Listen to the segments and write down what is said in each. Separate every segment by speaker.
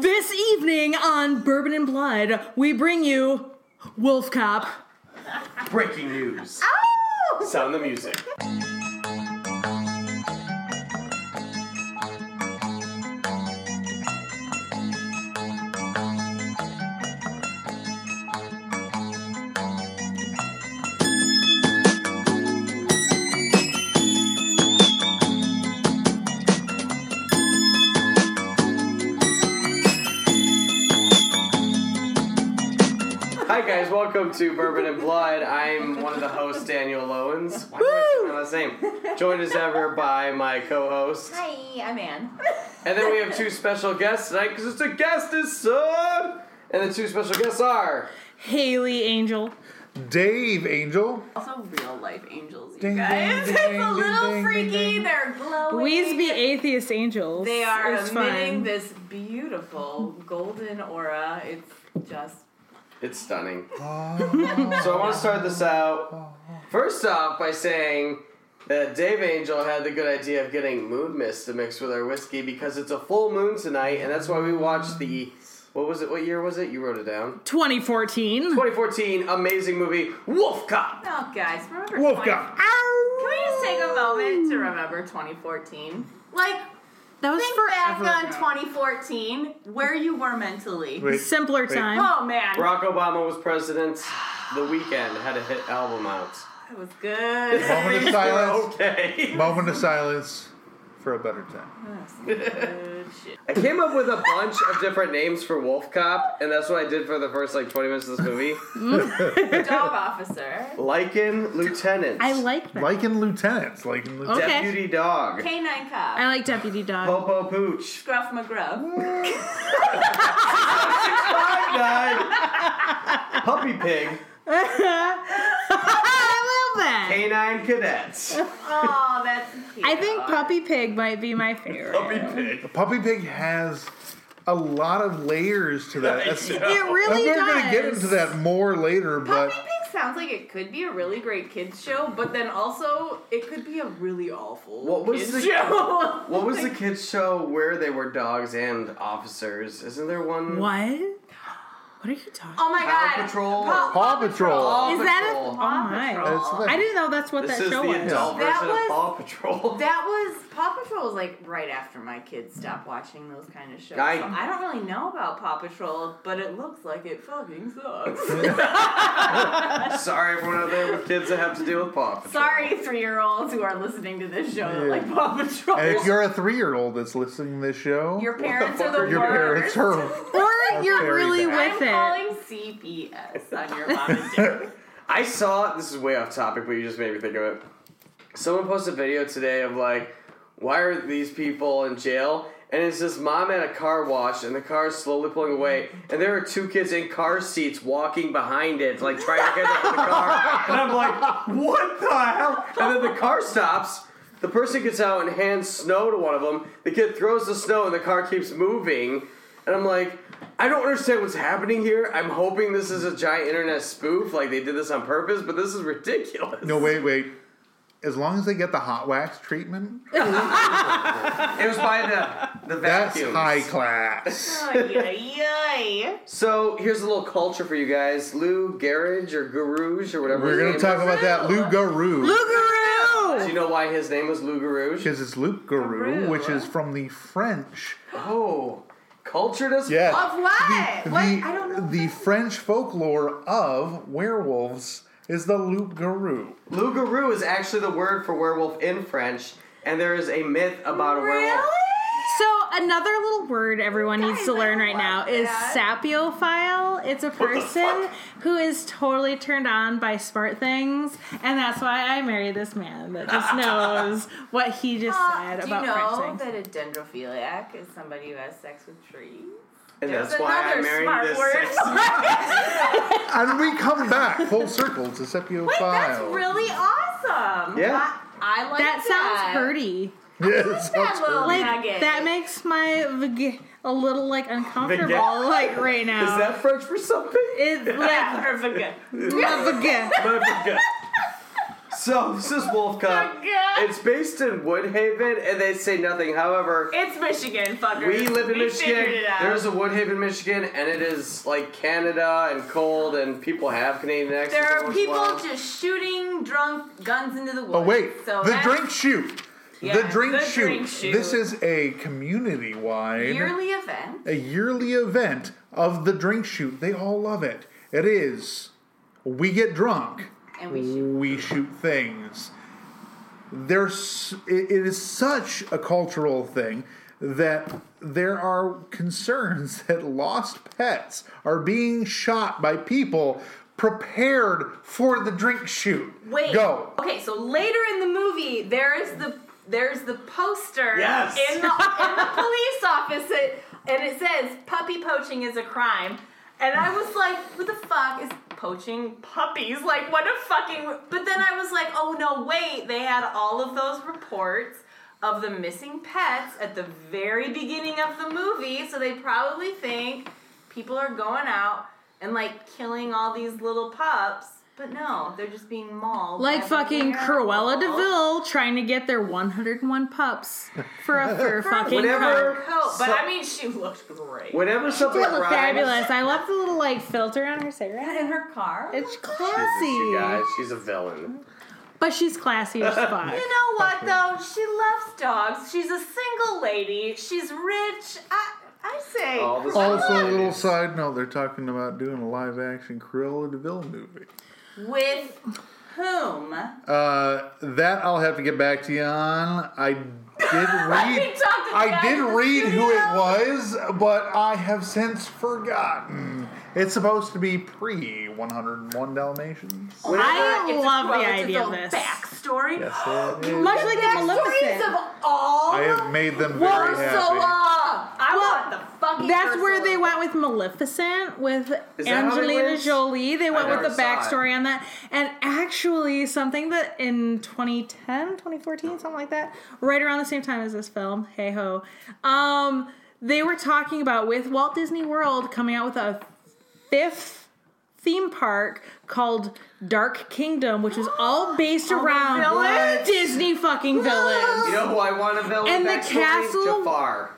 Speaker 1: This evening on Bourbon and Blood, we bring you Wolf Cop.
Speaker 2: Breaking news. Sound the music. Hi guys, welcome to Bourbon and Blood. I'm one of the hosts, Daniel Lowens. Why do I sound the same? Joined as ever by my co-host,
Speaker 3: Hi, I'm Ann.
Speaker 2: and then we have two special guests tonight because it's a guest is son. And the two special guests are
Speaker 1: Haley Angel.
Speaker 4: Dave Angel.
Speaker 3: also, real life angels, you
Speaker 4: Ding,
Speaker 3: guys.
Speaker 4: ding,
Speaker 3: it's
Speaker 4: ding,
Speaker 3: a
Speaker 4: ding,
Speaker 3: little
Speaker 4: ding,
Speaker 3: freaky.
Speaker 4: ding, ding.
Speaker 3: They're glowing.
Speaker 1: We's be atheist angels.
Speaker 3: They are
Speaker 1: It's
Speaker 3: emitting
Speaker 1: fun.
Speaker 3: this beautiful golden aura. It's just
Speaker 2: it's stunning. So I want to start this out first off by saying that Dave Angel had the good idea of getting moon mist to mix with our whiskey because it's a full moon tonight, and that's why we watched the what was it? What year was it? You wrote it down.
Speaker 1: 2014.
Speaker 2: 2014 amazing movie Wolf Cop.
Speaker 3: oh, guys, remember?
Speaker 4: Wolf
Speaker 3: 20
Speaker 4: Cop.
Speaker 3: Can we just take a moment to remember 2014? Like,
Speaker 1: That was
Speaker 3: think back
Speaker 1: forever.
Speaker 3: on
Speaker 1: ago.
Speaker 3: 2014, where you were mentally.
Speaker 4: Wait,
Speaker 1: Simpler
Speaker 4: Wait.
Speaker 1: time.
Speaker 3: Oh man,
Speaker 2: Barack Obama was president. The weekend had a hit album out.
Speaker 3: that was good.
Speaker 4: moment of
Speaker 2: Things were
Speaker 4: silence.
Speaker 2: Okay.
Speaker 4: Moment of silence for a better time.
Speaker 3: good shit.
Speaker 2: I came up with a bunch of different names for Wolf Cop, and that's what I did for the first like 20 minutes of this movie.
Speaker 3: Dog officer.
Speaker 2: Lycan Lieutenant.
Speaker 1: I like that.
Speaker 4: Like in Lieutenants. Like in Lieutenants.
Speaker 1: Okay.
Speaker 2: Deputy Dog.
Speaker 3: Canine cop.
Speaker 1: I like Deputy Dog.
Speaker 2: Popo Pooch.
Speaker 3: Gruff McGruff.
Speaker 2: Five Nine. Puppy Pig.
Speaker 1: I love that.
Speaker 2: Canine Cadets.
Speaker 3: Oh, that's cute.
Speaker 1: I think Puppy Pig might be my favorite.
Speaker 2: Puppy Pig.
Speaker 4: Puppy Pig has a lot of layers to that. That's,
Speaker 2: I
Speaker 4: and
Speaker 2: know.
Speaker 1: It really
Speaker 4: we're
Speaker 1: does.
Speaker 4: going to get into that more later, but
Speaker 3: Puppy Pig sounds like it could be a really great kids show, but then also it could be a really awful
Speaker 2: What was
Speaker 3: kids
Speaker 2: the-
Speaker 3: show.
Speaker 2: What was the kids show where they were dogs and officers? Isn't there one?
Speaker 1: What? What are you talking?
Speaker 3: oh my
Speaker 2: Paw
Speaker 3: god,
Speaker 2: Patrol.
Speaker 3: Pa-
Speaker 4: Paw Patrol.
Speaker 2: Paw
Speaker 1: Is that a-
Speaker 2: Patrol.
Speaker 1: Oh my.
Speaker 3: Patrol.
Speaker 4: It's like-
Speaker 1: I didn't know that's what
Speaker 2: This
Speaker 1: that
Speaker 2: is
Speaker 1: show
Speaker 2: the
Speaker 1: was.
Speaker 2: adult
Speaker 3: That
Speaker 2: version
Speaker 3: was-
Speaker 2: of Paw Patrol.
Speaker 3: That was Paw Patrol was like right after my kids stopped watching those kind of shows.
Speaker 2: I-
Speaker 3: so I don't really know about Paw Patrol, but it looks like it fucking sucks.
Speaker 2: Sorry, everyone out there with kids that have to deal with Paw Patrol.
Speaker 3: Sorry, three year olds who are listening to this show that
Speaker 4: Yeah.
Speaker 3: like Paw Patrol.
Speaker 4: and if you're a three year old that's listening to this show,
Speaker 3: your parents
Speaker 2: fuck
Speaker 3: are
Speaker 2: are
Speaker 3: the
Speaker 4: your
Speaker 3: worst.
Speaker 4: parents are.
Speaker 1: Or you're
Speaker 4: very
Speaker 1: really
Speaker 4: bad.
Speaker 1: with
Speaker 3: I'm
Speaker 1: it.
Speaker 3: calling CPS on your mom and dad.
Speaker 2: I saw this is way off topic, but you just made me think of it. Someone posted a video today of like, why are these people in jail? And it's this mom at a car wash, and the car is slowly pulling away, and there are two kids in car seats walking behind it, like trying to get up in the car. And I'm like, what the hell? And then the car stops. The person gets out and hands snow to one of them. The kid throws the snow, and the car keeps moving. And I'm like, I don't understand what's happening here. I'm hoping this is a giant internet spoof, like they did this on purpose, but this is ridiculous.
Speaker 4: No, wait, wait. As long as they get the hot wax treatment,
Speaker 2: It was by the the
Speaker 4: that's
Speaker 2: vacuums.
Speaker 4: high class.
Speaker 3: Oh, Yay!
Speaker 2: So here's a little culture for you guys. Lou Garage or Garouge or whatever.
Speaker 4: We're
Speaker 2: his
Speaker 4: going to
Speaker 2: name
Speaker 4: talk
Speaker 2: is.
Speaker 4: about that Lou Garou.
Speaker 2: Do
Speaker 1: Lugaroo!
Speaker 2: you know why his name was Lou Garouge?
Speaker 4: Because it's Loup Garou,
Speaker 3: Garou.
Speaker 4: which is from the French.
Speaker 2: Oh, cultured as
Speaker 4: Yes.
Speaker 2: fuck.
Speaker 3: Of what?
Speaker 4: The,
Speaker 3: what? I don't know.
Speaker 4: the French folklore of werewolves is the Loup Garou.
Speaker 2: Lou Garou is actually the word for werewolf in French, and there is a myth about a werewolf.
Speaker 1: So another little word everyone needs
Speaker 3: Guys,
Speaker 1: to learn
Speaker 3: I
Speaker 1: right
Speaker 3: love
Speaker 1: now is sapiophile. It's a person who is totally turned on by smart things, and that's why I married this man that just knows what he just
Speaker 3: Uh,
Speaker 1: said
Speaker 3: do you
Speaker 1: about
Speaker 3: know
Speaker 1: French things.
Speaker 3: that a dendrophiliac is somebody who has sex with trees?
Speaker 2: And
Speaker 3: There's
Speaker 2: that's why I
Speaker 3: another
Speaker 2: married
Speaker 3: smart
Speaker 2: this
Speaker 3: word.
Speaker 2: sexy-
Speaker 4: And we come back full circle to Sepiophile.
Speaker 3: Wait, that's really awesome.
Speaker 2: Yeah.
Speaker 3: I, I like
Speaker 1: That
Speaker 3: that.
Speaker 1: sounds hurty.
Speaker 4: Yes,
Speaker 3: That
Speaker 4: that's
Speaker 3: little
Speaker 4: great.
Speaker 1: Like
Speaker 3: nugget.
Speaker 1: that makes my vag- a little like uncomfortable
Speaker 2: Vaga-
Speaker 1: like right now.
Speaker 2: Is that French for something?
Speaker 1: it's like
Speaker 3: yeah, perfect.
Speaker 1: a vaga-
Speaker 2: But I forgot. So this is Wolf Cop.
Speaker 3: God.
Speaker 2: It's based in Woodhaven, and they say nothing. However,
Speaker 3: It's Michigan, fucker.
Speaker 2: we live in Michigan.
Speaker 3: figured it out.
Speaker 2: There's a Woodhaven, Michigan, and it is like Canada and cold, and people have Canadian accents.
Speaker 3: There are
Speaker 2: every once in a
Speaker 3: people
Speaker 2: while.
Speaker 3: just shooting drunk guns into the woods.
Speaker 4: Oh wait,
Speaker 3: so
Speaker 4: the
Speaker 3: that's
Speaker 4: drink shoot.
Speaker 3: Yeah,
Speaker 4: the drink
Speaker 3: the
Speaker 4: shoot.
Speaker 3: drink shoot.
Speaker 4: This is a community-wide,
Speaker 3: yearly event.
Speaker 4: a yearly event of the drink shoot. They all love it. It is. We get drunk.
Speaker 3: And we shoot.
Speaker 4: We shoot things. There's. It, it is such a cultural thing that there are concerns that lost pets are being shot by people prepared for the drink shoot.
Speaker 3: Wait.
Speaker 4: Go.
Speaker 3: Okay, so later in the movie, there is the there's the poster
Speaker 2: Yes.
Speaker 3: in, the, in the police office, it, and it says puppy poaching is a crime. And I was like, what the fuck is poaching puppies? Like, what a fucking. But then I was like, oh no, wait, they had all of those reports of the missing pets at the very beginning of the movie, so they probably think people are going out and like killing all these little pups. But no, they're just being mauled.
Speaker 1: Like
Speaker 3: by
Speaker 1: fucking
Speaker 3: the
Speaker 1: Cruella
Speaker 3: animals.
Speaker 1: Deville trying to get their 101 pups for a fur fucking
Speaker 2: Whenever-
Speaker 1: coat.
Speaker 3: Coat, but
Speaker 2: So-
Speaker 3: I mean, she looked great.
Speaker 2: Whenever
Speaker 1: They
Speaker 2: something
Speaker 1: look
Speaker 2: rhymes,
Speaker 1: fabulous. I love the little like filter on her cigarette.
Speaker 3: in her car.
Speaker 1: It's
Speaker 2: Jesus, you guys,
Speaker 1: classy.
Speaker 2: she's a villain.
Speaker 1: But she's classy as fuck.
Speaker 3: you know what though? She loves dogs. She's a single lady. She's rich. I I say.
Speaker 2: All the
Speaker 4: Also, a little side note, they're talking about doing a live action Cruella DeVille movie.
Speaker 3: With whom?
Speaker 4: Uh, that I'll have to get back to you on. I did read.
Speaker 3: talked to the
Speaker 4: I
Speaker 3: guy
Speaker 4: did
Speaker 3: in the
Speaker 4: read who
Speaker 3: studio.
Speaker 4: it was, but I have since forgotten. It's supposed to be pre 101 Dalmatians.
Speaker 1: I
Speaker 3: It's a
Speaker 1: love
Speaker 3: quote,
Speaker 1: the
Speaker 3: it's
Speaker 1: idea
Speaker 3: a
Speaker 1: of this.
Speaker 3: Backstory.
Speaker 4: Yes, it is.
Speaker 1: Much like in
Speaker 3: Backstories
Speaker 1: Maleficent.
Speaker 3: of all.
Speaker 4: I have made them very
Speaker 3: uh,
Speaker 4: happy.
Speaker 3: Ursula. I want the fucking.
Speaker 1: That's where
Speaker 3: Ursula.
Speaker 1: they went with Maleficent with
Speaker 2: Is that how they
Speaker 1: Angelina
Speaker 2: went?
Speaker 1: Jolie. They went
Speaker 2: never
Speaker 1: with the
Speaker 2: saw it.
Speaker 1: backstory on that. And actually, something that in 2010, 2014, something like that, right around the same time as this film, hey ho, um, they were talking about with Walt Disney World coming out with a fifth theme park called Dark Kingdom, which was all based
Speaker 2: Oh,
Speaker 1: around
Speaker 2: villains?
Speaker 1: Disney fucking villains.
Speaker 2: You know who I want a villain?
Speaker 1: And the
Speaker 2: backstory?
Speaker 1: castle-
Speaker 2: Jafar.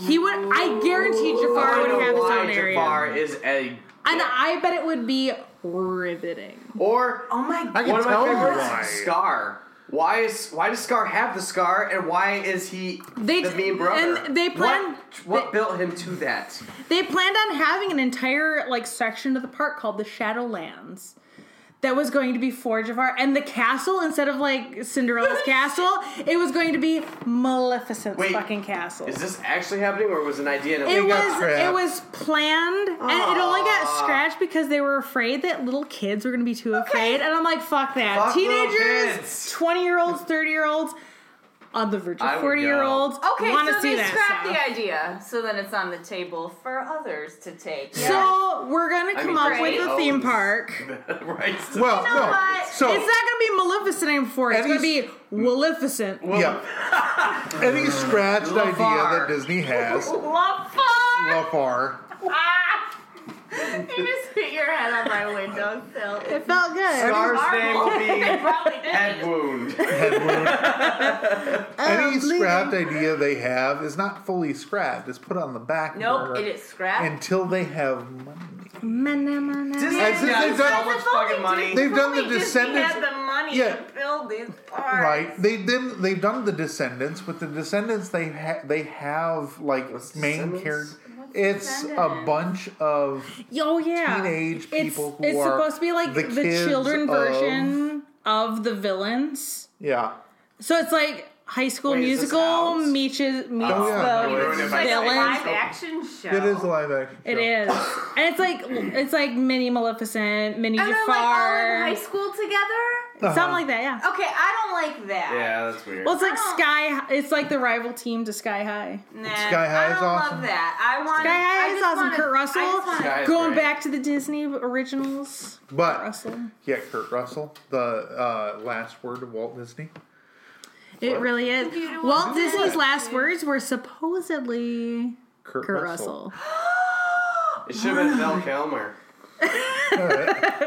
Speaker 1: He would, I guarantee Jafar
Speaker 2: I
Speaker 1: would
Speaker 2: know
Speaker 1: have his
Speaker 2: why
Speaker 1: own area.
Speaker 2: Jafar is a.
Speaker 1: And I bet it would be riveting.
Speaker 2: Or
Speaker 3: Oh my
Speaker 4: I
Speaker 2: one
Speaker 4: can
Speaker 2: of my
Speaker 4: tell you
Speaker 2: favorites,
Speaker 4: why.
Speaker 2: Scar. Why is why does Scar have the scar, and why is he
Speaker 1: They
Speaker 2: the
Speaker 1: d-
Speaker 2: mean brother?
Speaker 1: and they plan-
Speaker 2: what, what built him to that?
Speaker 1: They planned on having an entire like section of the park called the Shadowlands. That was going to be for Jafar and the castle instead of like Cinderella's castle, it was going to be Maleficent's
Speaker 2: Wait,
Speaker 1: fucking castle.
Speaker 2: Is this actually happening, or was it an idea? And
Speaker 1: it
Speaker 4: got
Speaker 1: was
Speaker 4: scrapped.
Speaker 1: it was planned and it only got
Speaker 2: Aw.
Speaker 1: scratched because they were afraid that little kids were going to be too afraid and I'm like fuck that.
Speaker 2: Fuck little
Speaker 1: Teenagers,
Speaker 2: kids.
Speaker 1: 20 year olds, 30 year olds on the verge
Speaker 2: I
Speaker 1: of
Speaker 2: would
Speaker 1: 40 year
Speaker 2: go.
Speaker 1: olds
Speaker 3: Okay,
Speaker 1: want to
Speaker 3: so
Speaker 1: see
Speaker 3: they
Speaker 1: that
Speaker 3: scrapped
Speaker 1: stuff.
Speaker 3: the idea, so then it's on the table for others to take.
Speaker 1: So we're gonna
Speaker 2: I
Speaker 1: come
Speaker 2: mean,
Speaker 1: up
Speaker 2: Disney
Speaker 1: with a theme
Speaker 2: owns-
Speaker 1: park.
Speaker 2: right. so-
Speaker 4: Well,
Speaker 3: You know
Speaker 4: no.
Speaker 3: what?
Speaker 4: So,
Speaker 1: It's not gonna be Maleficent anymore. It's
Speaker 4: At
Speaker 1: gonna be
Speaker 4: least-
Speaker 1: Maleficent.
Speaker 4: yeah. Any scratched idea
Speaker 2: Lafar.
Speaker 4: that Disney has,
Speaker 3: LaFar!
Speaker 4: Lafar.
Speaker 3: Ah! You just hit your head on my windowsill.
Speaker 1: It felt good.
Speaker 2: Scar's
Speaker 3: Marvel.
Speaker 2: name will
Speaker 3: They
Speaker 2: be
Speaker 3: probably did.
Speaker 2: head wound.
Speaker 4: Any
Speaker 1: bleeding.
Speaker 4: scrapped idea they have is not fully scrapped. It's put on the back
Speaker 3: Nope,
Speaker 4: burner
Speaker 3: it is scrap.
Speaker 4: until they have money.
Speaker 1: Mana, mana.
Speaker 2: Disney
Speaker 4: As if
Speaker 2: got
Speaker 4: they've
Speaker 2: so
Speaker 4: done-
Speaker 2: much
Speaker 3: If only
Speaker 2: fucking money.
Speaker 3: Disney-
Speaker 4: They've done
Speaker 3: if
Speaker 4: the
Speaker 3: only Disney had
Speaker 4: Descendants-
Speaker 3: the money
Speaker 4: Yeah.
Speaker 3: to build these parks.
Speaker 4: Right? They then they've done the Descendants. With the Descendants, they ha- they have like
Speaker 2: What's
Speaker 4: main
Speaker 2: Descendants?
Speaker 4: character. It's a
Speaker 3: Descendants?
Speaker 4: bunch of
Speaker 1: Oh yeah.
Speaker 4: Teenage
Speaker 1: It's-
Speaker 4: people who
Speaker 1: It's,
Speaker 4: are
Speaker 1: supposed to be like
Speaker 4: the
Speaker 1: the,
Speaker 4: kids
Speaker 1: children
Speaker 4: of-
Speaker 1: version of the villains.
Speaker 4: yeah.
Speaker 1: So it's like High School
Speaker 2: Wait, is this
Speaker 1: Musical
Speaker 2: out?
Speaker 1: meets meets
Speaker 4: Oh, yeah.
Speaker 1: the
Speaker 2: You ruined it by saying
Speaker 1: villains.
Speaker 3: Live action show.
Speaker 4: It is a live action.
Speaker 1: It
Speaker 4: show.
Speaker 1: is, and it's like it's like mini Maleficent, mini
Speaker 3: And they're Oh, like all in
Speaker 1: Jafar,
Speaker 3: high school Oh, together.
Speaker 4: Uh-huh.
Speaker 1: something like that. Yeah.
Speaker 3: Okay, I don't like that.
Speaker 2: Yeah, that's weird.
Speaker 1: Well, it's like
Speaker 3: I don't-
Speaker 1: Sky. It's like the rival team to Sky High.
Speaker 3: Nah,
Speaker 4: Sky High
Speaker 3: I
Speaker 4: is
Speaker 3: don't
Speaker 4: awesome.
Speaker 3: love that. I want.
Speaker 1: Sky High
Speaker 3: I
Speaker 1: is
Speaker 3: just
Speaker 1: awesome.
Speaker 3: wanna-
Speaker 1: Kurt
Speaker 3: I just
Speaker 1: Russell.
Speaker 3: wanna-
Speaker 2: Sky- That's
Speaker 1: Going
Speaker 2: great.
Speaker 1: back to the Disney originals,
Speaker 4: But
Speaker 1: Russell.
Speaker 4: yeah, Kurt Russell, the uh, last word of Walt Disney.
Speaker 1: It really is.
Speaker 3: you do
Speaker 1: Walt
Speaker 3: want
Speaker 1: Disney's
Speaker 3: that.
Speaker 1: last words were supposedly
Speaker 4: Kurt,
Speaker 1: Kurt
Speaker 4: Russell.
Speaker 1: Russell.
Speaker 2: it should have been Val Kilmer.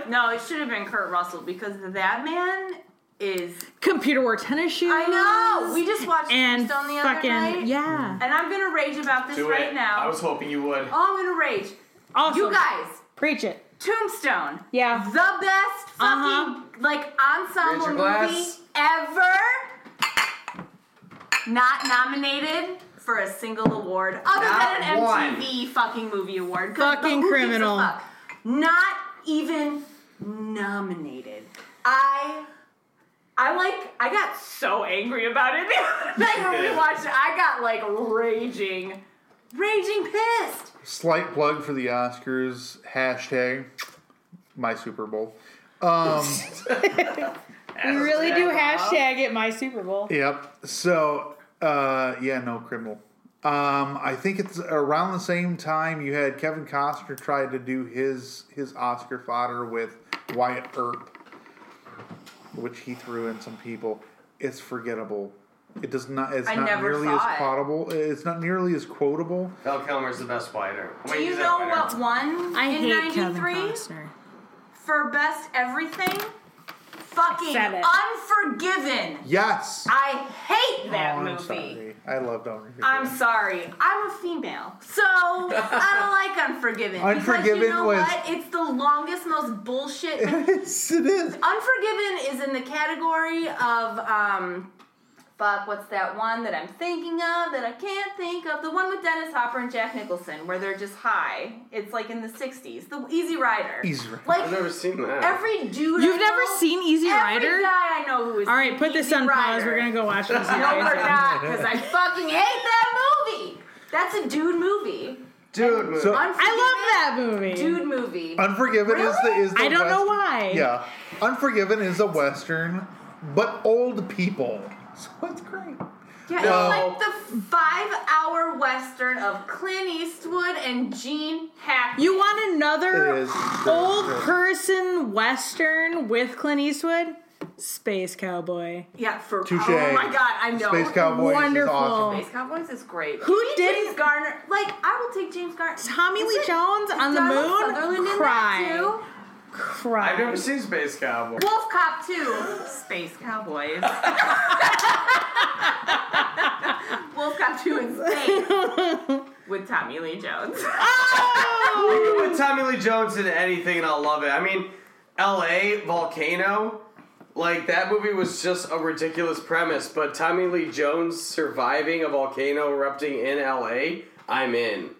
Speaker 3: No, it should have been Kurt Russell because that man is
Speaker 1: Computer wore tennis shoes.
Speaker 3: I know. We just watched
Speaker 1: and
Speaker 3: Tombstone the other
Speaker 1: fucking
Speaker 3: night. Mm.
Speaker 1: yeah.
Speaker 3: And I'm gonna rage about this
Speaker 2: Do
Speaker 3: right
Speaker 2: it.
Speaker 3: now.
Speaker 2: I was hoping you would.
Speaker 3: oh, I'm gonna rage.
Speaker 1: Awesome.
Speaker 3: You guys,
Speaker 1: preach it.
Speaker 3: Tombstone.
Speaker 1: Yeah.
Speaker 3: The best fucking
Speaker 1: Uh-huh.
Speaker 3: like ensemble
Speaker 2: Raise your
Speaker 3: movie
Speaker 2: glass.
Speaker 3: ever. Not nominated for a single award other
Speaker 2: Not
Speaker 3: than an
Speaker 2: one.
Speaker 3: MTV fucking movie award. 'cause
Speaker 1: Fucking
Speaker 3: who gives a
Speaker 1: criminal.
Speaker 3: fuck? Not even nominated. I I like I got so angry about it the other night when we
Speaker 2: Yeah.
Speaker 3: watched it. I got like raging, raging pissed.
Speaker 4: Slight plug for the Oscars hashtag my Super Bowl. Um,
Speaker 1: We really do hashtag it my Super Bowl.
Speaker 4: yep. So uh, yeah, no criminal. Um, I think it's around the same time you had Kevin Costner try to do his his Oscar fodder with Wyatt Earp, which he threw in some people. It's forgettable. It does not. It's
Speaker 3: I
Speaker 4: not
Speaker 3: never
Speaker 4: nearly
Speaker 3: saw
Speaker 4: as
Speaker 3: it.
Speaker 4: quotable. It's not nearly as quotable.
Speaker 2: Val Kilmer's the best fighter.
Speaker 3: Do you know what won
Speaker 1: I
Speaker 3: in
Speaker 1: hate Kevin
Speaker 3: '93
Speaker 1: Costner.
Speaker 3: for best everything? Fucking
Speaker 1: Said it.
Speaker 3: Unforgiven.
Speaker 4: Yes.
Speaker 3: I hate that
Speaker 4: Oh, I'm
Speaker 3: movie.
Speaker 4: sorry. I loved Unforgiven.
Speaker 3: I'm sorry. I'm a female, so I don't like Unforgiven. because you
Speaker 4: Unforgiven
Speaker 3: know
Speaker 4: was-
Speaker 3: what? It's the longest, most bullshit
Speaker 4: yes, it is.
Speaker 3: Unforgiven is in the category of um fuck, what's that one that I'm thinking of that I can't think of? The one with Dennis Hopper and Jack Nicholson where they're just high. It's like in the 60s. The Easy Rider.
Speaker 4: Easy Rider.
Speaker 3: Like
Speaker 2: I've never seen that.
Speaker 3: every dude I
Speaker 1: You've never
Speaker 3: know-
Speaker 1: seen Easy
Speaker 3: every
Speaker 1: Rider?
Speaker 3: guy I know who is
Speaker 1: All right, put this
Speaker 3: Easy
Speaker 1: on pause.
Speaker 3: Rider.
Speaker 1: We're gonna go watch this.
Speaker 3: No, we're not, because I fucking hate that movie. That's a dude movie.
Speaker 2: Dude,
Speaker 4: So-
Speaker 3: Unforgiven,
Speaker 1: I love that movie.
Speaker 3: dude movie.
Speaker 4: Unforgiven is the
Speaker 3: Really?
Speaker 4: is the
Speaker 1: I don't know
Speaker 4: west-
Speaker 1: why.
Speaker 4: Yeah, Unforgiven is a western, but old people. So it's great.
Speaker 3: Yeah,
Speaker 2: No.
Speaker 3: it's like the five-hour western of Clint Eastwood and Gene Hackman.
Speaker 1: You want another
Speaker 4: It is
Speaker 1: old
Speaker 4: good.
Speaker 1: person western with Clint Eastwood? Space Cowboy.
Speaker 3: yeah, for
Speaker 4: Touche.
Speaker 3: oh my god, I know.
Speaker 4: Space Cowboys
Speaker 1: Wonderful.
Speaker 4: is awesome.
Speaker 3: Space Cowboys is great.
Speaker 1: Who
Speaker 3: Maybe
Speaker 1: didn't-
Speaker 3: James Garner? Like, I will take James Garner.
Speaker 1: Tommy
Speaker 3: Is
Speaker 1: Lee
Speaker 3: it-
Speaker 1: Jones
Speaker 3: is
Speaker 1: on the
Speaker 3: Donald
Speaker 1: moon?
Speaker 3: Sutherland in that
Speaker 1: Cry.
Speaker 3: too?
Speaker 1: Cry.
Speaker 2: I've never seen Space Cowboy.
Speaker 3: Wolf Cop 2. Space Cowboys. Wolf Cop 2 in space with Tommy Lee Jones.
Speaker 1: Oh!
Speaker 2: Put Tommy Lee Jones in anything and I'll love it. I mean, L.A. Volcano, like that movie was just a ridiculous premise, but Tommy Lee Jones surviving a volcano erupting in L.A. I'm in.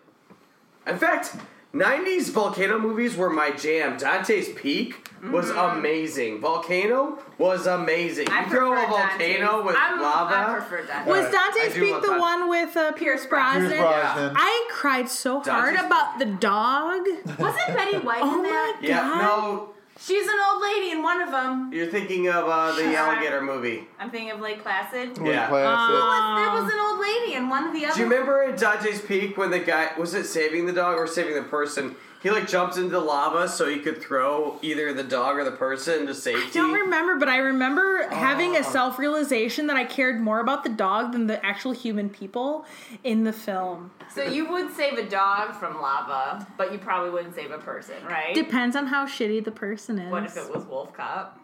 Speaker 2: In fact, '90s volcano movies were my jam. Dante's Peak was amazing. Volcano was amazing.
Speaker 3: Mm-hmm. I
Speaker 2: you throw a
Speaker 3: prefer Dante's.
Speaker 2: volcano with
Speaker 3: I'm-
Speaker 2: lava.
Speaker 3: I prefer Dante's.
Speaker 1: Was
Speaker 4: Right.
Speaker 1: Dante's
Speaker 2: I do
Speaker 1: Peak
Speaker 2: love
Speaker 1: the
Speaker 2: Dante.
Speaker 1: one with uh, Pierce
Speaker 3: Pierce Brosnan.
Speaker 1: Brosnan?
Speaker 4: Pierce Brosnan.
Speaker 1: I cried so hard
Speaker 2: Dante's-
Speaker 1: about the dog.
Speaker 3: Wasn't Betty White
Speaker 1: Oh
Speaker 3: in
Speaker 1: my
Speaker 3: that?
Speaker 2: yeah,
Speaker 1: God.
Speaker 2: no,
Speaker 3: She's an old lady in one of them.
Speaker 2: You're thinking of uh, the
Speaker 3: Sure.
Speaker 2: alligator movie.
Speaker 3: I'm thinking of Lake Placid.
Speaker 4: Really
Speaker 2: Yeah.
Speaker 4: classic.
Speaker 1: Um,
Speaker 3: Was- there was an old lady in one of the other.
Speaker 2: Do you remember in Dante's Peak when the guy was it saving the dog or saving the person? He like jumped into the lava so he could throw either the dog or the person to safety.
Speaker 1: I don't remember, but I remember
Speaker 2: Ah.
Speaker 1: having a self realization that I cared more about the dog than the actual human people in the film.
Speaker 3: So you would save a dog from lava, but you probably wouldn't save a person, right?
Speaker 1: Depends on how shitty the person is.
Speaker 3: what if it was Wolf Cop?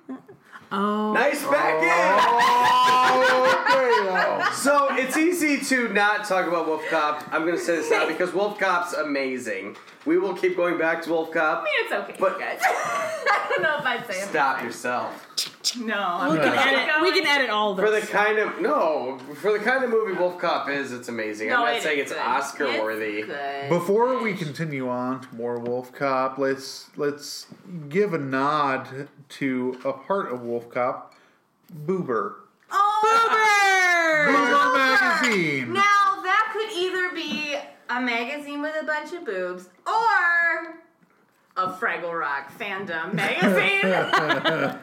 Speaker 1: Oh.
Speaker 2: Nice back
Speaker 4: Oh, there
Speaker 2: in. So it's easy to not talk about Wolf Cop. I'm gonna say this now because Wolf Cop's amazing. We will keep going back to Wolf Cop.
Speaker 3: It's okay,
Speaker 2: But-
Speaker 3: guys. I don't know if I'd say it.
Speaker 2: Stop yourself.
Speaker 3: No, I'm
Speaker 1: We can
Speaker 3: not.
Speaker 1: edit. We can edit all this.
Speaker 2: For the kind of no, for the kind of movie Wolf Cop is, it's amazing.
Speaker 3: No,
Speaker 2: I'm not
Speaker 3: it
Speaker 2: saying
Speaker 3: is
Speaker 2: it's
Speaker 3: good.
Speaker 2: Oscar worthy.
Speaker 3: It's good.
Speaker 4: go. Before we continue on to more Wolf Cop, let's let's give a nod to a part of Wolf Cop, Boober.
Speaker 3: oh,
Speaker 1: Boober!
Speaker 4: Boober magazine.
Speaker 3: now that could either be a magazine with a bunch of boobs or a Fraggle Rock fandom magazine.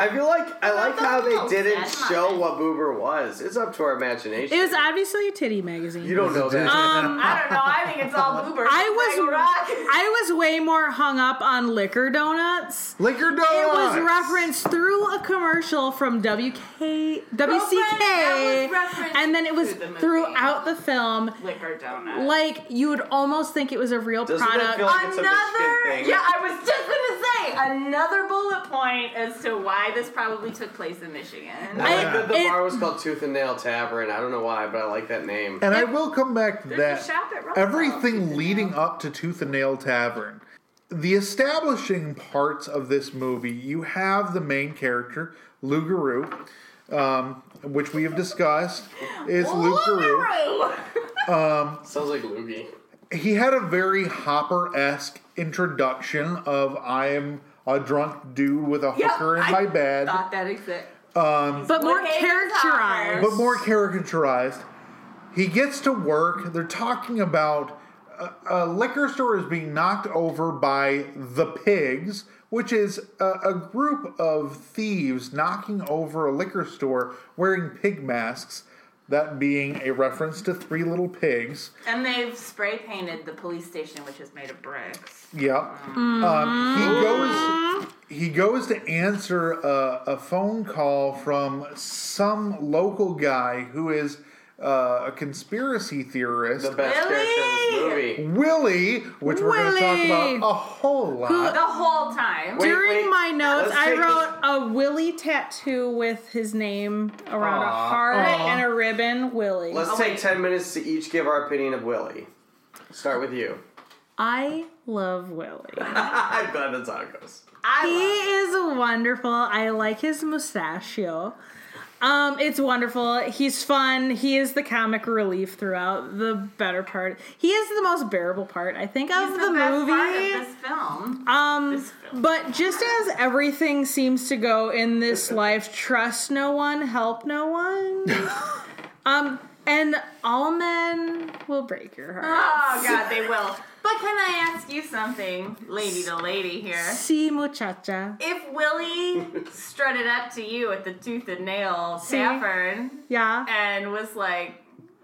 Speaker 2: I feel like I like how
Speaker 3: Oh,
Speaker 2: they didn't
Speaker 3: that's
Speaker 2: show
Speaker 3: mine.
Speaker 2: what Boober was. It's up to our imagination.
Speaker 1: It was obviously a titty magazine.
Speaker 2: you don't know that.
Speaker 1: Um,
Speaker 3: I don't know. I think it's all boobers.
Speaker 1: I was
Speaker 3: Fraggle Rock.
Speaker 1: I was way more hung up on liquor donuts.
Speaker 4: Liquor donuts.
Speaker 1: It was referenced through a commercial from WK
Speaker 3: that was
Speaker 1: WCK,
Speaker 3: referenced
Speaker 1: and then it was
Speaker 3: to the movie.
Speaker 1: throughout the film.
Speaker 3: Liquor donut.
Speaker 1: Like you would almost think it was a real
Speaker 2: Doesn't that
Speaker 1: product.
Speaker 2: feel- It's a Michigan
Speaker 3: Another.
Speaker 2: thing.
Speaker 3: Yeah, I was just gonna say. another bullet point as to why this probably took place in Michigan.
Speaker 2: I like
Speaker 1: I-
Speaker 2: that the
Speaker 1: it-
Speaker 2: bar was called Tooth and Nail Tavern. I don't know why, but I like that name.
Speaker 4: And I will come back to
Speaker 3: There's a
Speaker 4: that.
Speaker 3: shop at Rockwell, Tooth and
Speaker 4: Everything
Speaker 3: Nail.
Speaker 4: leading up to Tooth and Nail Tavern. The establishing parts of this movie, you have the main character, Lugaroo, um, which we have discussed, is Lugaroo.
Speaker 2: Sounds like Loogie.
Speaker 4: he had a very Hopper esque introduction of I am a drunk dude with a
Speaker 3: Yep,
Speaker 4: hooker in
Speaker 3: I
Speaker 4: my bed,
Speaker 3: Thought that existed.
Speaker 1: but more
Speaker 3: Located
Speaker 1: characterized.
Speaker 4: but more caricaturized. He gets to work. They're talking about a, a liquor store is being knocked over by the pigs, which is a, a group of thieves knocking over a liquor store wearing pig masks. That being a reference to Three Little Pigs.
Speaker 3: And they've spray painted the police station, which is made of bricks.
Speaker 4: Yep. Um, he goes. He goes to answer a, a phone call from some local guy who is uh, a conspiracy theorist,
Speaker 2: The best
Speaker 3: Really?
Speaker 2: character in this movie.
Speaker 4: Willie, which we're going to talk
Speaker 1: Willie!
Speaker 4: about a whole lot.
Speaker 3: The whole time.
Speaker 2: Wait,
Speaker 1: During
Speaker 2: wait.
Speaker 1: my notes,
Speaker 2: Let's
Speaker 1: I
Speaker 2: take
Speaker 1: wrote a Willie tattoo with his name around a
Speaker 2: Aw.
Speaker 1: heart
Speaker 4: Aw.
Speaker 1: and a ribbon, Willie.
Speaker 2: Let's
Speaker 3: Oh,
Speaker 2: take
Speaker 3: wait.
Speaker 2: ten minutes to each give our opinion of Willie. Start with you.
Speaker 1: I love Willie.
Speaker 2: I'm glad that's how it goes.
Speaker 3: I
Speaker 1: he
Speaker 3: love-
Speaker 1: is wonderful. I like his mustachio. Um, it's wonderful. He's fun. He is the comic relief throughout the better part. He is the most bearable part, I think, of
Speaker 3: He's
Speaker 1: the,
Speaker 3: best
Speaker 1: movie.
Speaker 3: part of this film.
Speaker 1: Um,
Speaker 3: This film.
Speaker 1: but just as everything seems to go in this life, trust no one, help no one. um, and all men will break your heart.
Speaker 3: Oh God, they will. But can I ask you something, lady to lady here?
Speaker 1: Si muchacha.
Speaker 3: If Willie strutted up to you at the Tooth and Nail Tavern
Speaker 1: Yeah.
Speaker 3: and was like,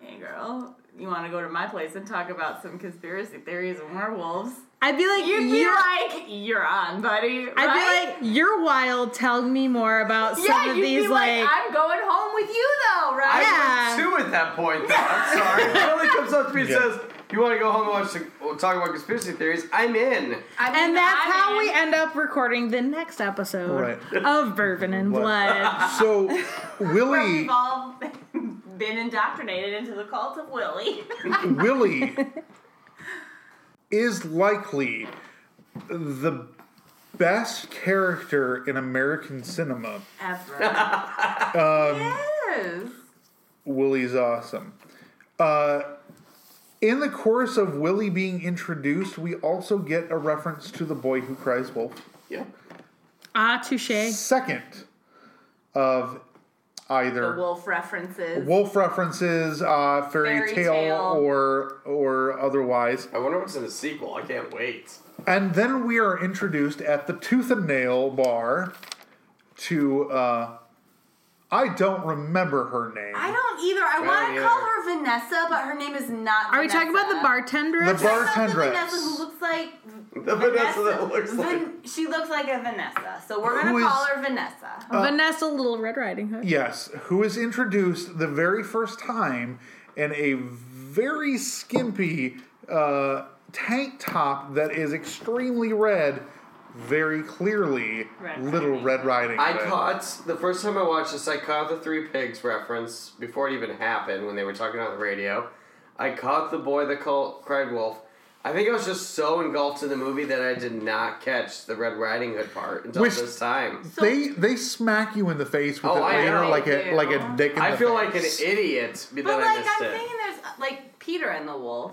Speaker 3: "Hey, girl, you want to go to my place and talk about some conspiracy theories and werewolves?"
Speaker 1: I'd be like,
Speaker 3: You'd be
Speaker 1: you're,
Speaker 3: like, "You're on, buddy." Right?
Speaker 1: I'd be like, you're wild. Tell me more about some
Speaker 3: "Yeah,
Speaker 1: of
Speaker 3: you'd
Speaker 1: these,
Speaker 3: be like,
Speaker 1: like,
Speaker 3: I'm going home with you, though, right?"
Speaker 1: Yeah.
Speaker 2: I was two at that point. Though. I'm sorry. Billy comes up to me and
Speaker 4: Yeah.
Speaker 2: says, "You want to go home and watch the, well, talk about conspiracy theories?" I'm in.
Speaker 3: I mean,
Speaker 1: and that's
Speaker 3: I'm
Speaker 1: how we
Speaker 3: in.
Speaker 1: end up recording the next episode
Speaker 4: Right.
Speaker 1: of Bourbon and
Speaker 4: What?
Speaker 1: Blood.
Speaker 4: So
Speaker 3: Where we've
Speaker 4: Willie,
Speaker 3: all been indoctrinated into the cult of Willie.
Speaker 4: Willie is likely the best character in American cinema.
Speaker 3: Ever. yes.
Speaker 4: Willie's awesome. Uh, in the course of Willie being introduced, we also get a reference to the boy who cries wolf.
Speaker 2: Yeah.
Speaker 1: ah, touche.
Speaker 4: Second of
Speaker 3: The
Speaker 4: either
Speaker 3: wolf references.
Speaker 4: wolf references, uh, fairy,
Speaker 3: Fairy
Speaker 4: tale,
Speaker 3: tale.
Speaker 4: or or otherwise,
Speaker 2: I wonder what's in the sequel. I can't wait.
Speaker 4: and then we are introduced at the Tooth and Nail bar to. Uh, I don't remember her name.
Speaker 3: I don't either. I
Speaker 2: don't
Speaker 3: want to
Speaker 2: either.
Speaker 3: call her Vanessa, but her name is not.
Speaker 1: Are we talking about the bartender?
Speaker 4: The bar-
Speaker 3: bartender?
Speaker 4: Bartendress.
Speaker 3: Vanessa who looks like
Speaker 2: The Vanessa that looks like.
Speaker 3: Van- she looks like a Vanessa, so we're gonna
Speaker 4: Who is-
Speaker 3: call her Vanessa.
Speaker 4: uh,
Speaker 1: Vanessa Little Red Riding Hood.
Speaker 4: Yes, who is introduced the very first time in a very skimpy uh, tank top that is extremely red, very clearly
Speaker 3: Red
Speaker 4: Little
Speaker 3: Riding
Speaker 4: Red Riding
Speaker 2: I
Speaker 4: Hood.
Speaker 2: caught the first time I watched this. I caught the Three Pigs reference before it even happened when they were talking on the radio. I caught the boy that called, cried wolf. I think I was just so engulfed in the movie that I did not catch the Red Riding Hood part until
Speaker 4: Which-
Speaker 2: this time.
Speaker 4: They they smack you in the face with
Speaker 2: Oh,
Speaker 4: it
Speaker 2: I
Speaker 4: later,
Speaker 2: know.
Speaker 4: like a
Speaker 3: They
Speaker 4: like
Speaker 3: do.
Speaker 4: a dick. In
Speaker 2: I
Speaker 4: the
Speaker 2: feel like an
Speaker 4: face.
Speaker 2: idiot that
Speaker 3: But
Speaker 2: I
Speaker 3: like
Speaker 2: missed
Speaker 3: I'm
Speaker 2: it.
Speaker 3: thinking, there's uh, like Peter and the Wolf.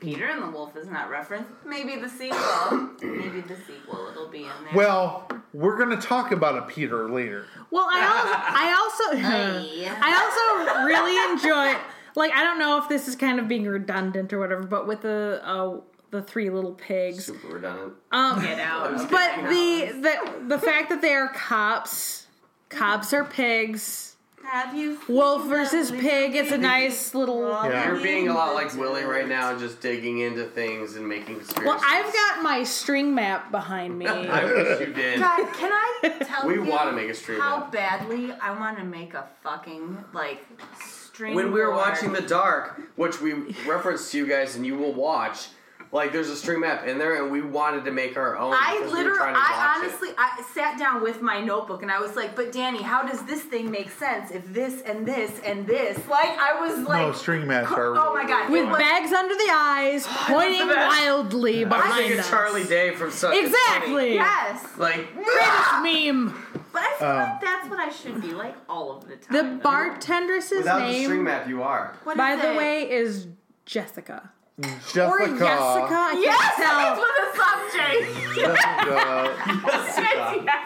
Speaker 3: Peter and the Wolf is not referenced. Maybe the sequel. Maybe the sequel. It'll be in there.
Speaker 4: Well, we're gonna talk about a Peter later.
Speaker 1: Well, I also, I also,
Speaker 3: Aye.
Speaker 1: I also really enjoy. Like, I don't know if this is kind of being redundant or whatever, but with the uh, the three little pigs,
Speaker 2: Super redundant.
Speaker 1: um,
Speaker 3: get out.
Speaker 1: but the the the fact that they are cops, cops are pigs.
Speaker 3: have you seen
Speaker 1: Wolf
Speaker 3: the
Speaker 1: versus
Speaker 3: Little
Speaker 1: pig. It's a nice little.
Speaker 3: Wolf?
Speaker 4: Yeah.
Speaker 2: You're being a lot like
Speaker 3: Redundant.
Speaker 2: Willie right now, and just digging into things and making
Speaker 1: Well,
Speaker 2: conspiracies.
Speaker 1: I've got my string map behind me.
Speaker 2: I wish you did.
Speaker 3: God, can I tell
Speaker 2: We
Speaker 3: you
Speaker 2: wanna make a stream
Speaker 3: how
Speaker 2: of it.
Speaker 3: badly I want to make a fucking like string
Speaker 2: when we were
Speaker 3: board.
Speaker 2: watching The Dark, which we referenced to you guys and you will watch, Like there's a stream app in there, and we wanted to make our own.
Speaker 3: I
Speaker 2: because we were
Speaker 3: literally,
Speaker 2: trying to
Speaker 3: I
Speaker 2: watch it.
Speaker 3: honestly, I sat down with my notebook and I was like, "But Danny, how does this thing make sense if this and this and this?" Like I was like,
Speaker 4: string mats
Speaker 3: co-
Speaker 4: are
Speaker 3: Oh
Speaker 4: really
Speaker 3: my god,
Speaker 1: with
Speaker 3: it was-
Speaker 1: bags under the eyes, pointing
Speaker 2: best.
Speaker 1: wildly
Speaker 2: I think
Speaker 1: behind
Speaker 2: it's
Speaker 1: us.
Speaker 2: Charlie Day from Suck It's
Speaker 1: Exactly.
Speaker 3: Yes,
Speaker 2: Funny. Like
Speaker 1: Greatest meme.
Speaker 3: but I feel
Speaker 4: Um,
Speaker 3: like that's what I should be like all of the time.
Speaker 1: The bartenderess's
Speaker 2: without the stream
Speaker 1: name,
Speaker 2: map, you are.
Speaker 3: What
Speaker 1: by
Speaker 3: is
Speaker 1: the
Speaker 3: it?
Speaker 1: way, is Jessica.
Speaker 4: Jessica.
Speaker 1: Or Jessica. I can't
Speaker 3: yes,
Speaker 1: tell.
Speaker 3: it's with a subject. yes,
Speaker 4: Jessica.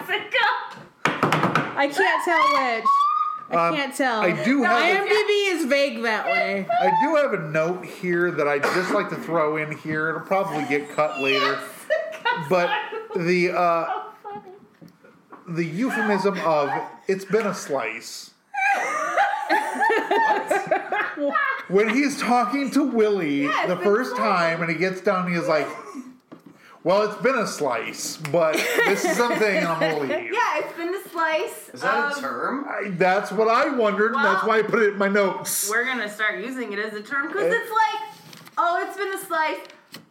Speaker 2: uh,
Speaker 3: it's Jessica.
Speaker 1: I can't tell which. I
Speaker 4: Um,
Speaker 1: can't tell.
Speaker 4: I do have. a-
Speaker 1: IMDb is vague that way.
Speaker 4: I do have a note here that I'd just like to throw in here. It'll probably get cut later. But the uh, the euphemism of it's been a slice. when he's talking to Willie the
Speaker 3: it's
Speaker 4: first
Speaker 3: been a
Speaker 4: time and he gets down he's like, Well, it's been a slice, but this is something I'm gonna leave.
Speaker 3: Yeah, it's been a slice.
Speaker 2: Is that
Speaker 3: of-
Speaker 2: a term?
Speaker 4: I- that's what I wondered, and that's
Speaker 3: Well-
Speaker 4: why I put it in my notes.
Speaker 3: We're gonna start using it as a term because
Speaker 4: Eh.
Speaker 3: it's like, oh, it's been a slice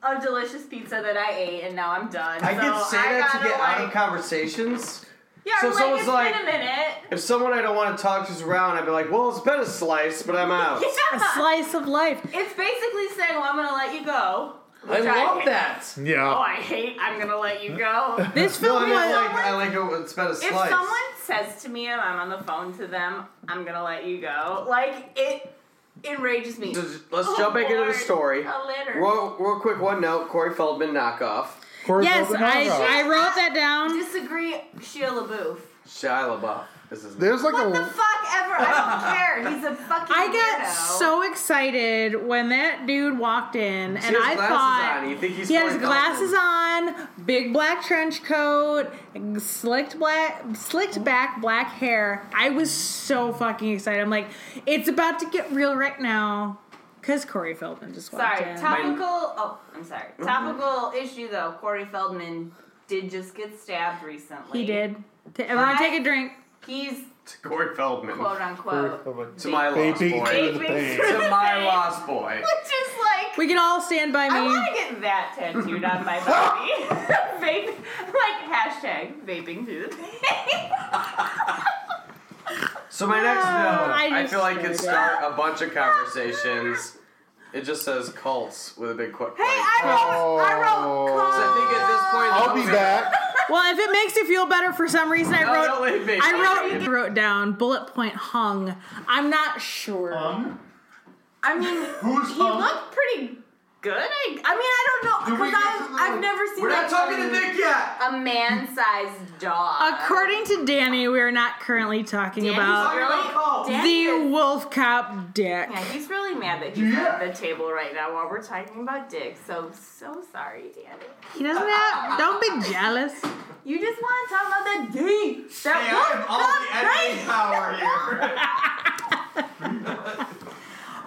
Speaker 3: of delicious pizza that I ate and now I'm done.
Speaker 2: I
Speaker 3: so
Speaker 2: can say that to
Speaker 3: gotta,
Speaker 2: get
Speaker 3: like,
Speaker 2: out of conversations.
Speaker 3: Yeah,
Speaker 2: so
Speaker 3: like,
Speaker 2: someone's
Speaker 3: it's
Speaker 2: like-
Speaker 3: been a minute.
Speaker 2: If someone I don't want to talk to's around, I'd be like, well, it's been a slice, but I'm out.
Speaker 1: A slice of life.
Speaker 3: It's basically saying, well, I'm gonna let you go.
Speaker 2: I
Speaker 3: Which I
Speaker 2: love
Speaker 3: hate.
Speaker 2: that.
Speaker 4: Yeah.
Speaker 3: Oh, I hate. I'm gonna let you go.
Speaker 1: This
Speaker 2: No, I
Speaker 1: film
Speaker 2: mean, I
Speaker 1: was
Speaker 2: like, I like it, it's been a
Speaker 3: if
Speaker 2: slice.
Speaker 3: someone says to me and I'm on the phone to them, I'm gonna let you go. Like it enrages me.
Speaker 2: So j- Let's
Speaker 3: Oh,
Speaker 2: jump back into the
Speaker 3: Lord.
Speaker 2: story.
Speaker 3: A litter.
Speaker 2: Real, real quick, one note: Corey Feldman knockoff.
Speaker 4: Corey
Speaker 1: Yes,
Speaker 4: Feldman
Speaker 1: I,
Speaker 4: Hotdog.
Speaker 1: I wrote that down.
Speaker 3: Disagree, Sheila LaBeouf.
Speaker 2: Shia LaBeouf. This is
Speaker 4: There's like
Speaker 3: What
Speaker 4: a
Speaker 3: the fuck ever? I don't care. He's a fucking.
Speaker 1: I got
Speaker 3: weirdo.
Speaker 1: so excited when that dude walked in,
Speaker 2: He
Speaker 1: and
Speaker 2: has
Speaker 1: I
Speaker 2: glasses
Speaker 1: thought
Speaker 2: on. You think he's
Speaker 1: he had his
Speaker 2: Corey
Speaker 1: glasses
Speaker 2: Feldman.
Speaker 1: on, big black trench coat, slicked black, slicked back black hair. I was so fucking excited. I'm like, it's about to get real right now, because Corey Feldman just walked
Speaker 3: Sorry,
Speaker 1: in.
Speaker 3: topical. Oh, I'm sorry.
Speaker 2: Mm-hmm.
Speaker 3: Topical issue though. Corey Feldman did just get stabbed recently.
Speaker 1: he did. Ta- Everyone,
Speaker 3: I-
Speaker 1: take a drink.
Speaker 3: He's
Speaker 2: To Corey Feldman.
Speaker 3: quote unquote.
Speaker 4: little.
Speaker 2: To my
Speaker 4: They
Speaker 2: lost
Speaker 4: beat you to the
Speaker 2: boy.
Speaker 3: Baby.
Speaker 4: thing.
Speaker 2: to my lost boy.
Speaker 3: Which is like.
Speaker 1: We can all stand by
Speaker 5: Hmm.
Speaker 3: I want
Speaker 1: me.
Speaker 3: to get that tattooed on my body. Vape, like hashtag vaping through the pain.
Speaker 2: So my next note,
Speaker 1: I
Speaker 2: I,
Speaker 1: just
Speaker 2: feel like
Speaker 1: started.
Speaker 2: could start a bunch of conversations. It just says cults with a big quote.
Speaker 3: hey, I wrote, I wrote.
Speaker 4: Oh.
Speaker 2: I
Speaker 3: Call.
Speaker 2: think at this point,
Speaker 4: I'll be back.
Speaker 1: Well, if it makes you feel better for some reason, I
Speaker 2: No,
Speaker 1: wrote.
Speaker 2: don't leave me.
Speaker 1: I wrote wrote down bullet point hung. I'm not sure.
Speaker 2: Oh,
Speaker 5: Um,
Speaker 3: I mean,
Speaker 5: who's
Speaker 3: he looked pretty good. I, I mean, I don't know
Speaker 5: Did we
Speaker 3: because
Speaker 5: get to the-
Speaker 3: I've, I've never seen
Speaker 2: We're not
Speaker 3: like,
Speaker 2: talking to Nick yet.
Speaker 3: a man-sized dog.
Speaker 1: According to Danny, we are not currently talking
Speaker 3: Danny's
Speaker 1: about
Speaker 3: really,
Speaker 5: Oh.
Speaker 3: Danny
Speaker 1: the
Speaker 3: is-
Speaker 1: wolf cop dick.
Speaker 3: Yeah, he's really mad that he's at the table right now while we're talking about dick. So so sorry, Danny.
Speaker 1: He doesn't have. Don't be jealous.
Speaker 3: You just want to talk about the dick. That
Speaker 5: Hey,
Speaker 3: one
Speaker 5: I am all the
Speaker 3: cup
Speaker 5: editing
Speaker 3: dick.
Speaker 5: power here.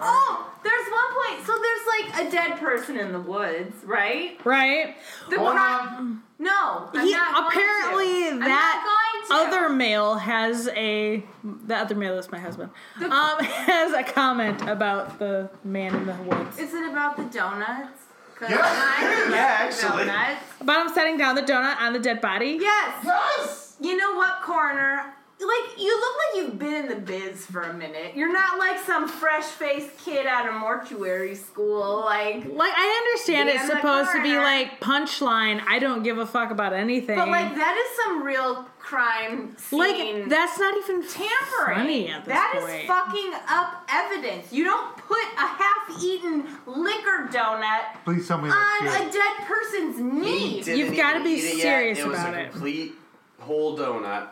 Speaker 3: Oh, there's one point. So there's like a dead person in the woods, right?
Speaker 1: Right?
Speaker 3: The
Speaker 5: Hold
Speaker 3: cro-
Speaker 5: on.
Speaker 3: No, I'm
Speaker 1: he
Speaker 3: not going
Speaker 1: apparently
Speaker 3: to. I'm
Speaker 1: that
Speaker 3: not going to.
Speaker 1: other male has a. The other male is my husband. Um, has a comment about the man in the woods.
Speaker 3: Is it about the donuts? 'Cause
Speaker 5: Yeah,
Speaker 3: I
Speaker 5: it is.
Speaker 3: like
Speaker 5: Yeah, actually.
Speaker 3: Donuts.
Speaker 1: About him setting down the donut on the dead body.
Speaker 3: Yes.
Speaker 5: Yes.
Speaker 3: You know what, coroner? Like you look like you've been in the biz for a minute. You're not like some fresh-faced kid out of mortuary school. Like,
Speaker 1: Like I understand
Speaker 3: Yeah,
Speaker 1: it's
Speaker 3: I'm like,
Speaker 1: supposed to be
Speaker 3: "Alright."
Speaker 1: like punchline. I don't give a fuck about anything.
Speaker 3: but like that is some real crime scene.
Speaker 1: Like that's not even
Speaker 3: tampering.
Speaker 1: funny at this
Speaker 3: That is
Speaker 1: point.
Speaker 3: fucking up evidence. You don't put a half-eaten liquor donut
Speaker 4: Please tell me
Speaker 3: on
Speaker 4: that's
Speaker 3: a
Speaker 4: good.
Speaker 3: dead person's knee.
Speaker 2: Didn't
Speaker 1: You've gotta
Speaker 2: even
Speaker 1: be
Speaker 2: eat it yet.
Speaker 1: serious
Speaker 2: it was
Speaker 1: about
Speaker 2: a
Speaker 1: it.
Speaker 2: complete whole donut.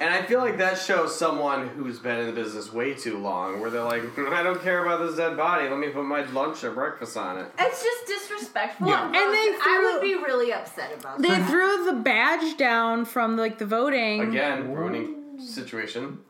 Speaker 2: And I feel like that shows someone who's been in the business way too long, where they're like, "Hmm, "I don't care about this dead body. Let me put my lunch or breakfast on it."
Speaker 3: It's just disrespectful.
Speaker 4: Yeah.
Speaker 3: And
Speaker 1: And they
Speaker 3: then I would
Speaker 1: threw-
Speaker 3: be really upset about that.
Speaker 1: They threw the badge down from like the voting.
Speaker 2: Again, ruining situation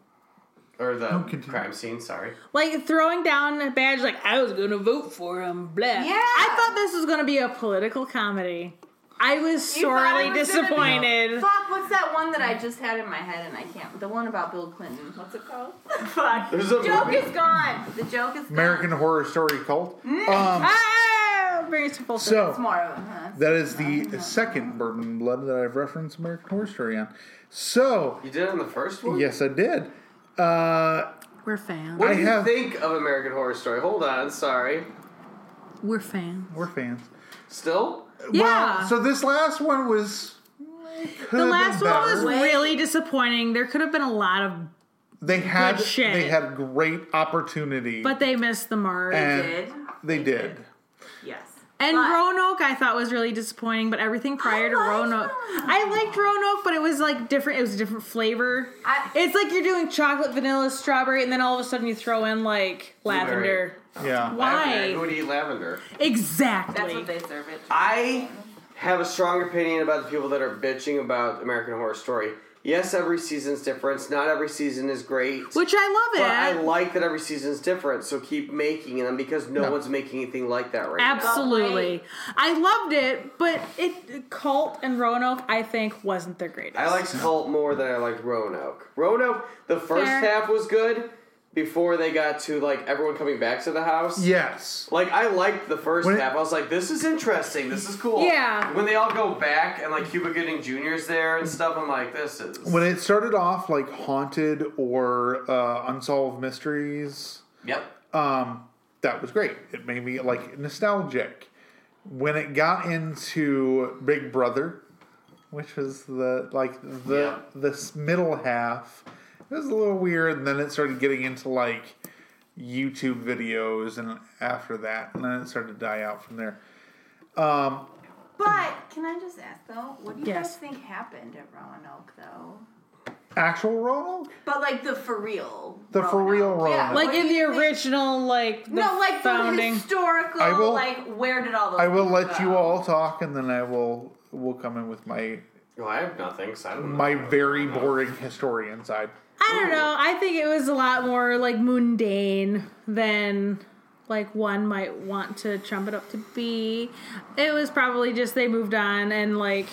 Speaker 2: or the
Speaker 4: No, continue.
Speaker 2: crime scene. Sorry.
Speaker 1: Like throwing down a badge like I was gonna vote for him, blah.
Speaker 3: Yeah.
Speaker 1: I thought this was gonna be a political comedy. I was
Speaker 3: You thought
Speaker 1: sorely
Speaker 3: it was gonna be-
Speaker 1: disappointed.
Speaker 3: Fuck, what's that one that I just had in my head and I can't? The one about Bill Clinton. What's it called? Fuck.
Speaker 2: There's a
Speaker 3: joke
Speaker 2: movie-
Speaker 3: is gone. The joke is gone.
Speaker 1: Mm,
Speaker 4: American Horror Story cult. Um,
Speaker 1: Ah, bring Streets of Full
Speaker 4: So
Speaker 3: It's more of a huh?
Speaker 4: that is the second Bourbon and Blood that I've referenced American Horror Story on. So
Speaker 2: You did it on the first one?
Speaker 4: yes, I did. Uh,
Speaker 1: We're fans.
Speaker 2: What
Speaker 4: I
Speaker 2: do you
Speaker 4: have-
Speaker 2: think of American Horror Story? Hold on, sorry.
Speaker 1: We're fans.
Speaker 4: we're fans.
Speaker 2: Still?
Speaker 1: Yeah.
Speaker 4: so this last one was.
Speaker 1: the last one was
Speaker 3: better.
Speaker 1: really disappointing. There could have been a lot of,
Speaker 4: They had
Speaker 1: good shit.
Speaker 4: they had great opportunity,
Speaker 1: but they missed the mark.
Speaker 4: And-
Speaker 3: did.
Speaker 4: they did.
Speaker 3: Yes.
Speaker 1: And
Speaker 3: But-
Speaker 1: Roanoke, I thought was really disappointing, but everything prior to
Speaker 3: liked
Speaker 1: Roanoke, I liked Roanoke, but it was like different. It was a different flavor.
Speaker 3: I-
Speaker 1: it's like you're doing chocolate, vanilla, strawberry, and then all of a sudden you throw in like lavender.
Speaker 4: Yeah,
Speaker 1: Why?
Speaker 2: Who would eat lavender?
Speaker 1: Exactly.
Speaker 3: That's what they serve it.
Speaker 2: I have a strong opinion about the people that are bitching about American Horror Story. Yes, every season's different. Not every season is great.
Speaker 1: Which I love it.
Speaker 2: but I like that every season's different, so keep making them because no,
Speaker 4: No.
Speaker 2: one's making anything like that right now.
Speaker 1: Absolutely. I loved it, but it Cult and Roanoke, I think, wasn't their greatest.
Speaker 2: I liked Cult more than I liked Roanoke. Roanoke, the first
Speaker 1: Fair.
Speaker 2: half was good before they got to like everyone coming back to the house.
Speaker 4: yes,
Speaker 2: Like I liked the first
Speaker 4: When it-
Speaker 2: half. I was like, this is interesting. This is cool.
Speaker 1: Yeah.
Speaker 2: When they all go back and like Cuba Gooding Jr.'s there and stuff, I'm like, this is
Speaker 4: when it started off like haunted or uh, unsolved mysteries.
Speaker 2: Yep.
Speaker 4: um, that was great. It made me like nostalgic. When it got into Big Brother, which was the like the
Speaker 2: Yeah.
Speaker 4: this middle half, it was a little weird. And then it started getting into like YouTube videos, and after that, and then it started to die out from there.
Speaker 3: But can I just ask though, what do you guys
Speaker 1: Yes.
Speaker 3: think happened at Roanoke though?
Speaker 4: Actual Roanoke,
Speaker 3: But like the for real.
Speaker 4: The for real Roanoke.
Speaker 1: Like
Speaker 3: what do
Speaker 1: in the
Speaker 3: you think-
Speaker 1: original, like the
Speaker 3: No, like
Speaker 1: founding.
Speaker 3: the historical.
Speaker 4: I will-
Speaker 3: like where did all those?
Speaker 4: I will
Speaker 3: people
Speaker 4: let you
Speaker 3: go?
Speaker 4: all talk, and then I will will come in with my
Speaker 2: No, I have nothing. So I don't know.
Speaker 4: my very boring historian side.
Speaker 1: I don't know. I think it was a lot more like mundane than like one might want to trump it up to be. It was probably just they moved on and like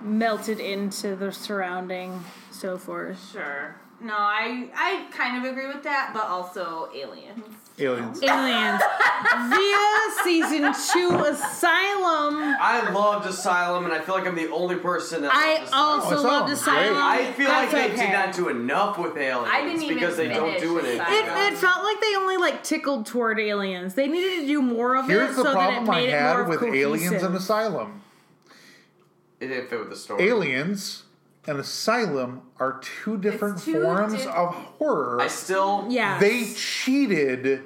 Speaker 1: melted into the surrounding so forth.
Speaker 3: Sure. No, I I kind of agree with that, but also aliens.
Speaker 4: Aliens.
Speaker 1: Aliens via season two Asylum.
Speaker 2: I loved Asylum, and I feel like I'm the only person that
Speaker 1: I
Speaker 2: loved Asylum.
Speaker 1: also
Speaker 4: Asylum
Speaker 1: loved
Speaker 4: was great.
Speaker 1: Asylum.
Speaker 2: I feel like
Speaker 1: That's
Speaker 2: they
Speaker 1: okay.
Speaker 2: did not do enough with aliens
Speaker 3: I didn't even
Speaker 2: because they don't
Speaker 3: finish
Speaker 2: do anything.
Speaker 1: It,
Speaker 3: Asylum.
Speaker 1: it felt like they only like tickled toward aliens. They needed to do more of
Speaker 4: Here's
Speaker 1: it
Speaker 4: the
Speaker 1: so that it
Speaker 4: problem I
Speaker 1: made it more
Speaker 4: had with aliens
Speaker 1: cohesive.
Speaker 4: and asylum.
Speaker 2: It didn't fit with the story.
Speaker 4: Aliens and asylum are two different
Speaker 3: two
Speaker 4: forms
Speaker 3: di-
Speaker 4: of horror.
Speaker 2: I still.
Speaker 1: Yeah,
Speaker 4: They cheated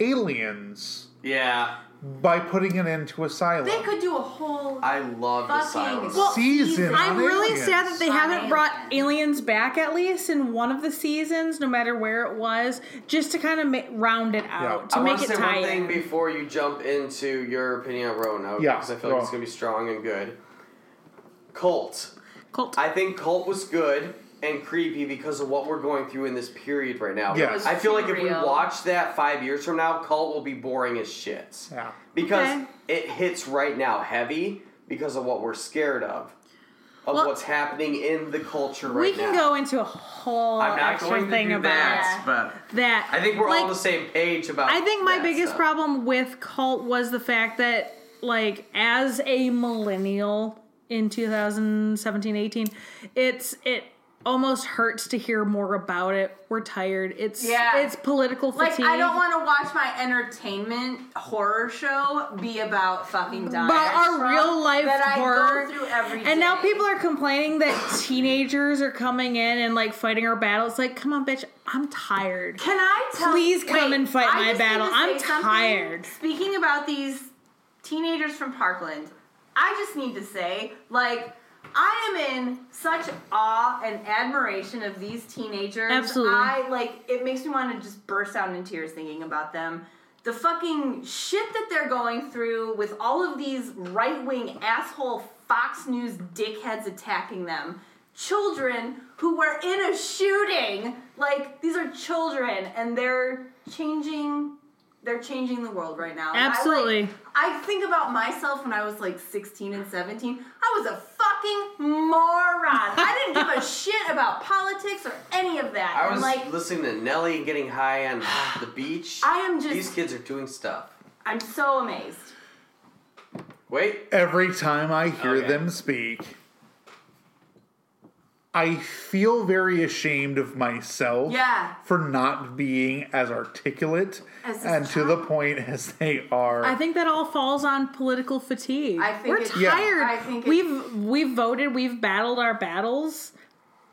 Speaker 4: aliens
Speaker 2: Yeah.
Speaker 4: by putting an end to asylum.
Speaker 3: They could do a whole
Speaker 2: I loved
Speaker 3: Fucking
Speaker 2: Asylum.
Speaker 3: Well,
Speaker 4: Season.
Speaker 3: I'm
Speaker 1: I'm
Speaker 4: on
Speaker 1: really
Speaker 4: aliens.
Speaker 1: sad that they
Speaker 3: On
Speaker 1: haven't brought
Speaker 3: aliens.
Speaker 1: aliens back at least in one of the seasons, no matter where it was, just to kind of ma- round it out
Speaker 4: Yeah.
Speaker 1: to
Speaker 2: I
Speaker 1: make
Speaker 2: want to
Speaker 1: it
Speaker 2: say
Speaker 1: tie
Speaker 2: one thing
Speaker 1: in.
Speaker 2: before you jump into your opinion on Roanoke,
Speaker 4: Yeah,
Speaker 2: because I feel
Speaker 4: go
Speaker 2: like it's
Speaker 4: on.
Speaker 2: going to be strong and good. Cult.
Speaker 1: Cult.
Speaker 2: I think Cult was good and creepy because of what we're going through in this period right now.
Speaker 4: Yes. It was
Speaker 2: I feel like
Speaker 3: too
Speaker 2: if we
Speaker 3: real.
Speaker 2: watch that five years from now, Cult will be boring as shit.
Speaker 4: Yeah.
Speaker 2: Because
Speaker 1: Okay.
Speaker 2: it hits right now heavy because of what we're scared of. Of
Speaker 1: Well-
Speaker 2: what's happening in the culture right
Speaker 1: we
Speaker 2: now.
Speaker 1: can go into a whole
Speaker 2: I'm not
Speaker 1: extra
Speaker 2: going to
Speaker 1: thing
Speaker 2: do
Speaker 1: about
Speaker 2: that, but
Speaker 1: that.
Speaker 2: I think we're all
Speaker 1: Like,
Speaker 2: on the same page about.
Speaker 1: I think my
Speaker 2: that
Speaker 1: biggest
Speaker 2: stuff.
Speaker 1: problem with cult was the fact that, like, as a millennial in 2017, 18, it's it almost hurts to hear more about it. We're tired. It's
Speaker 3: Yeah.
Speaker 1: it's political
Speaker 3: like
Speaker 1: fatigue.
Speaker 3: I don't want to watch my entertainment horror show be about fucking dying.
Speaker 1: About our
Speaker 3: from
Speaker 1: real life
Speaker 3: that I
Speaker 1: horror.
Speaker 3: go through every
Speaker 1: And now
Speaker 3: day.
Speaker 1: people are complaining that teenagers are coming in and like fighting our battle. It's like, come on, bitch, I'm tired.
Speaker 3: Can I tell
Speaker 1: Please come and fight
Speaker 3: I
Speaker 1: my
Speaker 3: just need
Speaker 1: battle.
Speaker 3: to
Speaker 1: I'm
Speaker 3: say something.
Speaker 1: tired.
Speaker 3: Speaking about these teenagers from Parkland, I just need to say, like, I am in such awe and admiration of these teenagers.
Speaker 1: Absolutely.
Speaker 3: I like it makes me want to just burst out in tears thinking about them. The fucking shit that they're going through with all of these right wing asshole Fox News dickheads attacking them. Children who were in a shooting. Like, these are children and they're changing they're changing the world right now. And I, like,
Speaker 1: Absolutely.
Speaker 3: I think about myself when I was like 16 and 17. I was a fucking moron. I didn't give a shit about politics or any of that.
Speaker 2: I
Speaker 3: and
Speaker 2: was
Speaker 3: like,
Speaker 2: listening to Nelly and getting high on the beach.
Speaker 3: I am just-
Speaker 2: These kids are doing stuff.
Speaker 3: I'm so amazed.
Speaker 2: Wait,
Speaker 4: every time I hear
Speaker 2: Okay.
Speaker 4: them speak. I feel very ashamed of myself
Speaker 3: Yeah.
Speaker 4: for not being as articulate
Speaker 3: As this
Speaker 4: and to the point as they are.
Speaker 1: I think that all falls on political fatigue.
Speaker 3: I think
Speaker 1: we're
Speaker 3: it-
Speaker 4: Yeah.
Speaker 1: tired.
Speaker 3: I think it-
Speaker 1: we've we've voted, we've battled our battles,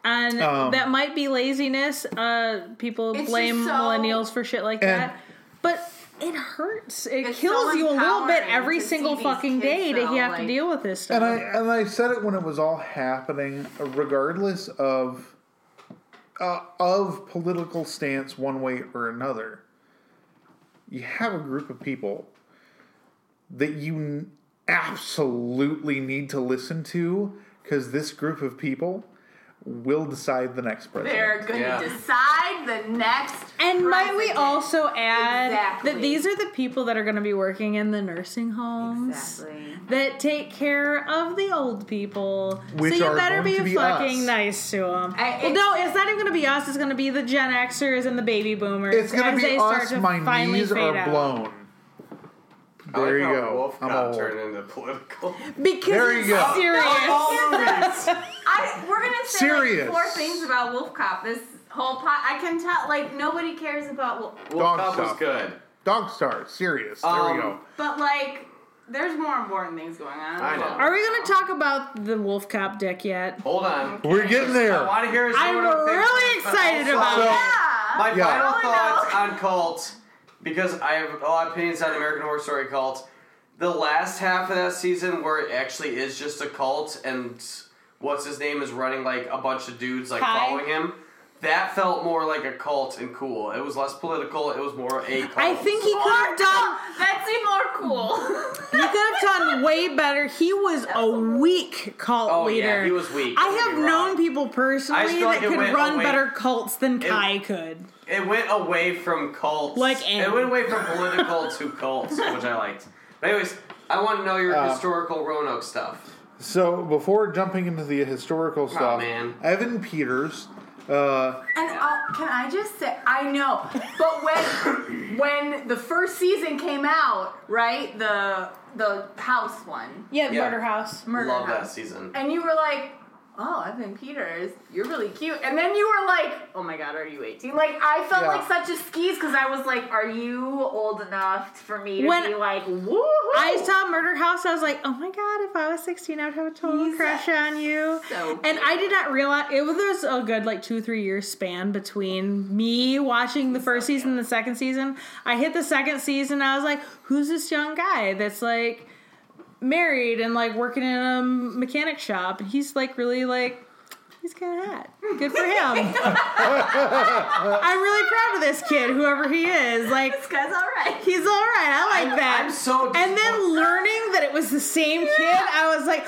Speaker 1: and
Speaker 4: Um,
Speaker 1: that might be laziness. Uh, people
Speaker 3: It's
Speaker 1: blame
Speaker 3: just so-
Speaker 1: millennials for shit like
Speaker 4: And-
Speaker 1: that, but it hurts. It
Speaker 3: It's
Speaker 1: kills
Speaker 3: so
Speaker 1: you a little bit
Speaker 3: empowering
Speaker 1: every
Speaker 3: to see
Speaker 1: single
Speaker 3: these
Speaker 1: fucking
Speaker 3: kids,
Speaker 1: day that
Speaker 3: though,
Speaker 1: you have to
Speaker 3: like-
Speaker 1: deal with this stuff.
Speaker 4: And I and I said it when it was all happening, regardless of uh, of political stance, one way or another. You have a group of people that you n- absolutely need to listen to because this group of people will decide the next
Speaker 3: They're
Speaker 4: president.
Speaker 3: going to
Speaker 2: Yeah.
Speaker 3: decide the next.
Speaker 1: and might we
Speaker 3: president.
Speaker 1: also add that
Speaker 3: Exactly.
Speaker 1: these are the people that are going to be working in the nursing homes.
Speaker 3: Exactly.
Speaker 1: that take care of the old people.
Speaker 4: Which
Speaker 1: so you
Speaker 4: are
Speaker 1: better
Speaker 4: going
Speaker 1: be,
Speaker 4: to be
Speaker 1: fucking
Speaker 4: us.
Speaker 1: nice to them.
Speaker 3: I-
Speaker 1: well, no, it's not even going to be us. It's going to be the Gen Xers and the baby boomers.
Speaker 4: It's gonna
Speaker 1: as
Speaker 4: be
Speaker 1: they start
Speaker 4: us.
Speaker 1: to
Speaker 4: My
Speaker 1: finally
Speaker 4: knees
Speaker 1: fade
Speaker 4: are
Speaker 1: out.
Speaker 4: blown.
Speaker 2: I
Speaker 4: There
Speaker 2: like
Speaker 4: you
Speaker 2: how
Speaker 4: go.
Speaker 2: Wolf
Speaker 4: I'm
Speaker 2: Cop
Speaker 4: old.
Speaker 2: turned into political.
Speaker 1: Because
Speaker 4: There you
Speaker 1: it's
Speaker 4: go.
Speaker 1: serious.
Speaker 3: I, we're gonna say
Speaker 4: Serious.
Speaker 3: Like four things about Wolf Cop. This whole pot, I can tell. Like nobody cares about Wolf,
Speaker 2: Wolf
Speaker 4: Dog
Speaker 2: Cop was
Speaker 4: Stop.
Speaker 2: good.
Speaker 4: Dog star, serious. There
Speaker 2: Um,
Speaker 4: we go.
Speaker 3: but like there's more important things going on.
Speaker 2: I know.
Speaker 1: Are we going to talk about the Wolf Cop dick yet?
Speaker 2: Hold on.
Speaker 4: We're getting
Speaker 2: I
Speaker 4: there.
Speaker 2: want to hear his
Speaker 1: I'm
Speaker 2: other things,
Speaker 1: really
Speaker 2: but
Speaker 1: excited
Speaker 2: also-
Speaker 1: about
Speaker 4: So-
Speaker 1: it.
Speaker 3: Yeah.
Speaker 2: My
Speaker 4: Yeah.
Speaker 2: final
Speaker 3: Oh, no.
Speaker 2: thoughts on Cult, because I have a lot of opinions on American Horror Story Cult. The last half of that season, where it actually is just a cult, and what's his name is running like a bunch of dudes like
Speaker 1: Kai.
Speaker 2: following him. That felt more like a cult and cool. It was less political. It was more a cult.
Speaker 1: I think he could
Speaker 3: More
Speaker 1: have done.
Speaker 3: cool. That's even more cool.
Speaker 1: He could have done way better. He was a weak cult
Speaker 2: Oh, yeah,
Speaker 1: leader.
Speaker 2: he was weak. Don't
Speaker 1: I
Speaker 2: get
Speaker 1: have
Speaker 2: me
Speaker 1: known
Speaker 2: wrong.
Speaker 1: people personally
Speaker 2: I just feel
Speaker 1: that
Speaker 2: like it
Speaker 1: could
Speaker 2: went
Speaker 1: run
Speaker 2: away-
Speaker 1: better cults than
Speaker 2: It-
Speaker 1: Kai could.
Speaker 2: It went away from cults.
Speaker 1: Like Anne.
Speaker 2: it went away from political to cults, which I liked. But anyways, I want to know your
Speaker 4: Uh,
Speaker 2: historical Roanoke stuff.
Speaker 4: So before jumping into the historical stuff,
Speaker 2: man.
Speaker 4: Evan Peters, uh,
Speaker 3: And uh, can I just say, I know, but when when the first season came out, right, the the house one,
Speaker 1: Yeah,
Speaker 2: Yeah.
Speaker 1: Murder House.
Speaker 3: murder
Speaker 2: Love that
Speaker 3: house,
Speaker 2: season.
Speaker 3: and you were like, oh, Evan Peters, you're really cute, and then you were like, oh my god, are you 18? Like I felt
Speaker 4: Yeah.
Speaker 3: like such a skis because I was like, are you old enough for me to
Speaker 1: When
Speaker 3: be like, woo?
Speaker 1: I saw Murder House. I was like, oh my god, if I was 16, I'd have a total
Speaker 3: He's
Speaker 1: crush on you.
Speaker 3: so
Speaker 1: and I did not realize it was there's a good like two three year span between me watching the first season and the second season. I hit the second season. I was like, who's this young guy that's like married and like working in a mechanic shop? And he's like really like. He's kind of hot. Good for him. I'm really proud of this kid, whoever he is. Like,
Speaker 3: this guy's all right.
Speaker 1: He's all right. I like that.
Speaker 2: I'm so
Speaker 1: And then
Speaker 2: disappointed.
Speaker 1: learning that it was the same kid, I was like,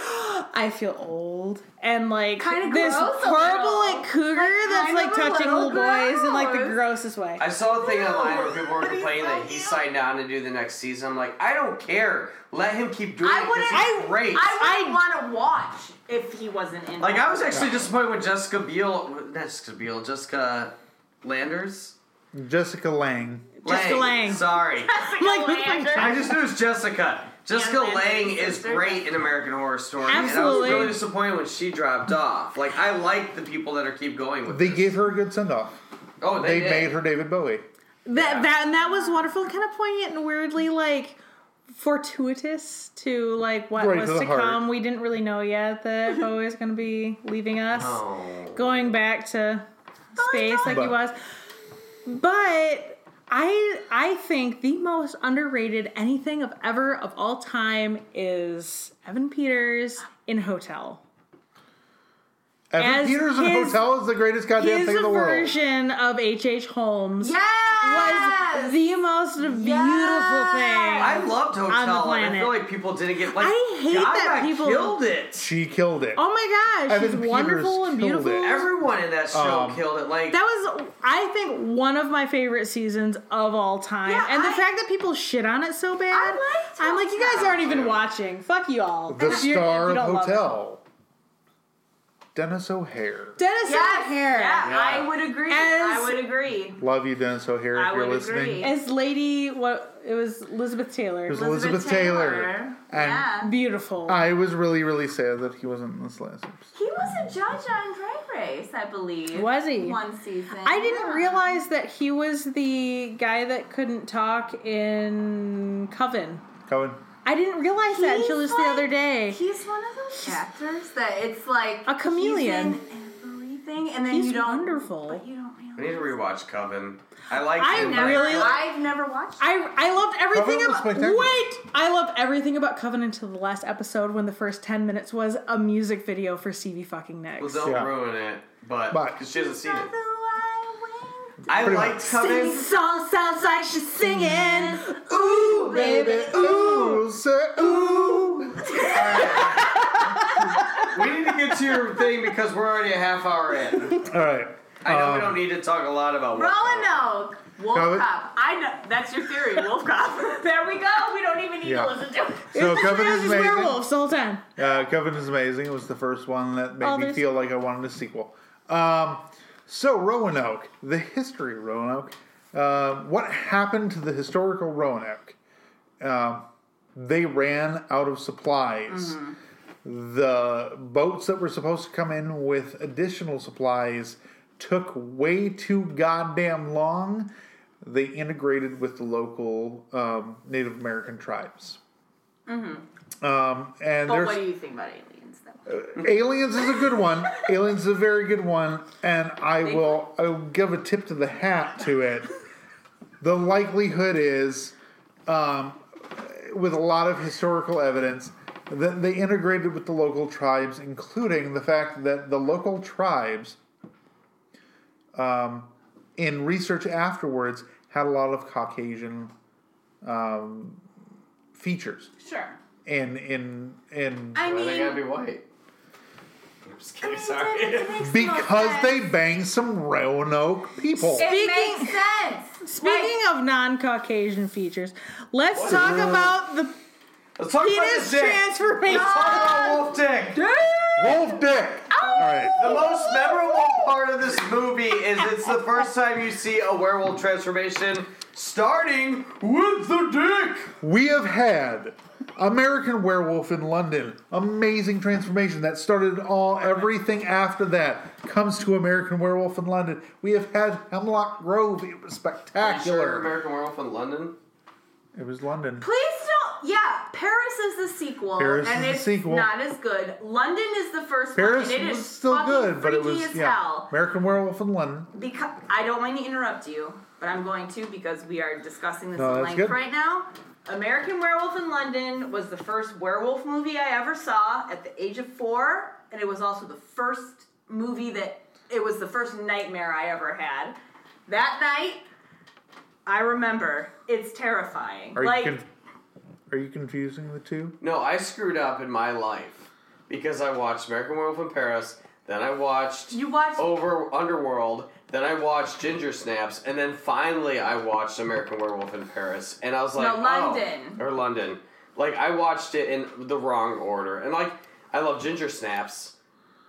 Speaker 1: I feel old. And like
Speaker 3: Kinda
Speaker 1: this
Speaker 3: gross a
Speaker 1: horrible
Speaker 3: little.
Speaker 1: like cougar
Speaker 3: Like,
Speaker 1: that's
Speaker 3: kind
Speaker 1: like
Speaker 3: of a
Speaker 1: touching
Speaker 3: little
Speaker 1: little boys in like the
Speaker 3: gross.
Speaker 1: grossest way.
Speaker 2: I saw a thing online where people were
Speaker 3: But he's
Speaker 2: complaining
Speaker 3: so
Speaker 2: that he
Speaker 3: cute.
Speaker 2: signed on to do the next season. I'm like, I don't care. Let him keep doing
Speaker 3: I
Speaker 2: it. 'cause
Speaker 3: wouldn't-
Speaker 2: he's
Speaker 1: I-
Speaker 2: great.
Speaker 3: I wouldn't want to watch if he wasn't in.
Speaker 2: like
Speaker 3: it.
Speaker 2: I was actually disappointed with Jessica Biel. Not Jessica Biel. Jessica Landers.
Speaker 4: Jessica Lang.
Speaker 1: Jessica Lange.
Speaker 2: Sorry.
Speaker 3: Jessica
Speaker 1: Like, who's
Speaker 3: Lange.
Speaker 1: like-
Speaker 2: I just knew it was Jessica. Jessica
Speaker 3: Landers'
Speaker 2: Lang is
Speaker 3: sister.
Speaker 2: great in American Horror Story,
Speaker 1: Absolutely.
Speaker 2: and I was really disappointed when she dropped off. Like I like the people that are keep going with.
Speaker 4: They
Speaker 2: this.
Speaker 4: gave her a good send off.
Speaker 2: Oh, they,
Speaker 4: They
Speaker 2: did.
Speaker 4: made her David Bowie.
Speaker 1: That that and that was wonderful and kind of poignant and weirdly like fortuitous to like what
Speaker 4: Right
Speaker 1: was
Speaker 4: to the
Speaker 1: to
Speaker 4: heart.
Speaker 1: come. We didn't really know yet that Bo is gonna be leaving us.
Speaker 2: Oh.
Speaker 1: going back to space like he
Speaker 4: But-
Speaker 1: was. But I I think the most underrated anything of ever of all time is Evan Peters in Hotel.
Speaker 4: Evan
Speaker 1: As
Speaker 4: Peters in
Speaker 1: his-
Speaker 4: Hotel is the greatest goddamn
Speaker 1: His
Speaker 4: thing in the world.
Speaker 1: version of H.H. H. Holmes
Speaker 3: Yes.
Speaker 1: was the most beautiful
Speaker 3: Yes!
Speaker 1: thing.
Speaker 2: I loved Hotel, and I
Speaker 1: planet.
Speaker 2: feel like people didn't get like.
Speaker 1: I hate
Speaker 2: God,
Speaker 1: that
Speaker 2: I
Speaker 1: people-
Speaker 2: killed it.
Speaker 4: She killed it.
Speaker 1: Oh my gosh,
Speaker 4: Evan
Speaker 1: she's
Speaker 4: Peters
Speaker 1: wonderful and
Speaker 4: killed it.
Speaker 1: beautiful.
Speaker 2: Everyone in that show
Speaker 4: Um,
Speaker 2: killed it. Like
Speaker 1: That was, I think, one of my favorite seasons of all time.
Speaker 3: Yeah,
Speaker 1: and the
Speaker 3: I-
Speaker 1: fact that people shit on it so bad,
Speaker 3: I liked
Speaker 1: am like, you guys
Speaker 3: Hotel.
Speaker 1: aren't even watching. Fuck you all.
Speaker 4: the
Speaker 1: If you- if
Speaker 4: star
Speaker 1: you
Speaker 4: of
Speaker 1: don't love it.
Speaker 4: Hotel. Dennis O'Hare.
Speaker 1: Dennis
Speaker 3: Yes,
Speaker 1: O'Hare
Speaker 3: Yeah,
Speaker 2: Yeah.
Speaker 3: I would agree.
Speaker 1: As-
Speaker 3: I would agree.
Speaker 4: Love you, Dennis O'Hare,
Speaker 3: I
Speaker 4: if you're
Speaker 3: would
Speaker 4: listening.
Speaker 3: agree.
Speaker 1: as Lady. What it was Elizabeth Taylor.
Speaker 4: It was Elizabeth Taylor. And-
Speaker 3: yeah.
Speaker 1: Beautiful.
Speaker 4: I was really, really sad that he wasn't in this last episode.
Speaker 3: He was a judge on Drag Race, I believe.
Speaker 1: Was he?
Speaker 3: One season.
Speaker 1: I didn't
Speaker 3: Yeah.
Speaker 1: realize that he was the guy that couldn't talk in Coven.
Speaker 4: Cohen.
Speaker 1: I didn't realize that until
Speaker 3: He's
Speaker 1: just the
Speaker 3: like-
Speaker 1: other day.
Speaker 3: He's one of those actors that it's like
Speaker 1: A chameleon.
Speaker 3: He's in everything, and then
Speaker 1: He's
Speaker 3: you don't.
Speaker 1: wonderful.
Speaker 3: But you don't
Speaker 2: I need to
Speaker 3: realize.
Speaker 2: rewatch Coven. I like.
Speaker 1: I
Speaker 2: him,
Speaker 1: never-
Speaker 2: like-
Speaker 1: really-
Speaker 3: I've never watched.
Speaker 1: I I loved everything
Speaker 4: Covenant was
Speaker 1: about
Speaker 4: spectacular.
Speaker 1: wait. I loved everything about Coven until the last episode when the first ten minutes was a music video for Stevie fucking
Speaker 2: Well,
Speaker 1: Next.
Speaker 2: don't
Speaker 4: Yeah.
Speaker 2: ruin it, but
Speaker 4: But-
Speaker 2: because she hasn't seen it.
Speaker 3: it.
Speaker 2: I
Speaker 4: Pretty
Speaker 2: liked
Speaker 4: much.
Speaker 2: Coven.
Speaker 1: song sounds like she's singing.
Speaker 2: Ooh,
Speaker 4: ooh, say ooh.
Speaker 2: We need to get to your thing because we're already a half hour in.
Speaker 4: All right.
Speaker 2: I know we
Speaker 4: Um,
Speaker 2: don't need to talk a lot about what-
Speaker 3: Roanoke. Wolf
Speaker 4: Coven-
Speaker 3: Cop. I know that's your theory, Wolf Cop. there we go. We don't even need
Speaker 4: Yeah.
Speaker 3: to listen to it.
Speaker 4: So Coven
Speaker 1: It
Speaker 4: is
Speaker 1: was
Speaker 4: amazing.
Speaker 1: werewolves the whole time.
Speaker 4: Uh, Coven is amazing. It was the first one that made
Speaker 1: Oh,
Speaker 4: me
Speaker 1: there's-
Speaker 4: feel like I wanted a sequel. Um, so Roanoke, the history of Roanoke. Um, what happened to the historical Roanoke? Um, they ran out of supplies.
Speaker 3: Mm-hmm.
Speaker 4: The boats that were supposed to come in with additional supplies took way too goddamn long. They integrated with the local um, Native American tribes. Um, and
Speaker 3: Mm-hmm. But
Speaker 4: there's
Speaker 3: what do you think about aliens? Though?
Speaker 4: Aliens is a good one. Aliens is a very good one, and I will I will give a tip to the hat to it. The likelihood is, um, with a lot of historical evidence, that they integrated with the local tribes, including the fact that the local tribes, um, in research afterwards, had a lot of Caucasian um, features
Speaker 3: Sure.
Speaker 4: in in in
Speaker 3: I
Speaker 2: Why
Speaker 3: mean,
Speaker 2: they gotta be white? I'm just kidding. Sorry.
Speaker 3: it makes no
Speaker 4: Because
Speaker 3: sense.
Speaker 4: they banged some Roanoke people.
Speaker 3: It
Speaker 1: Speaking-
Speaker 3: makes sense.
Speaker 1: Speaking of non-Caucasian features, let's talk about the
Speaker 2: Let's talk
Speaker 1: penis
Speaker 2: about the dick.
Speaker 1: transformation.
Speaker 2: Let's talk about Wolf Dick.
Speaker 4: Wolf dick.
Speaker 3: Oh!
Speaker 4: All right.
Speaker 2: The most memorable part of this movie is it's the first time you see a werewolf transformation, starting with the dick.
Speaker 4: We have had American Werewolf in London. Amazing transformation that started all everything after that comes to American Werewolf in London. We have had Hemlock Grove. It was
Speaker 2: Sure,
Speaker 4: spectacular.
Speaker 2: American Werewolf in London.
Speaker 4: It was London.
Speaker 3: Please don't. Yeah, Paris is the sequel,
Speaker 4: Paris
Speaker 3: and
Speaker 4: is the
Speaker 3: it's
Speaker 4: sequel.
Speaker 3: not as good. London is the first
Speaker 4: Paris
Speaker 3: one, and it is
Speaker 4: was still
Speaker 3: fucking
Speaker 4: good, but it
Speaker 3: freaky
Speaker 4: was
Speaker 3: as
Speaker 4: yeah.
Speaker 3: hell.
Speaker 4: American Werewolf in London.
Speaker 3: Because I don't want to interrupt you, but I'm going to because we are discussing this at
Speaker 4: No, that's
Speaker 3: length
Speaker 4: good.
Speaker 3: right now. American Werewolf in London was the first werewolf movie I ever saw at the age of four, and it was also the first movie that it was the first nightmare I ever had. That night, I remember it's terrifying.
Speaker 4: Are
Speaker 3: like
Speaker 4: you con- are you confusing the two?
Speaker 2: No, I screwed up in my life because I watched American Werewolf in Paris, then I watched
Speaker 3: you watch
Speaker 4: Oh,
Speaker 2: Over Underworld, then I watched Ginger Snaps, and then finally I watched American Werewolf in Paris, and I was like,
Speaker 3: No, London.
Speaker 2: oh, or London. Like I watched it in the wrong order, and like I love Ginger Snaps,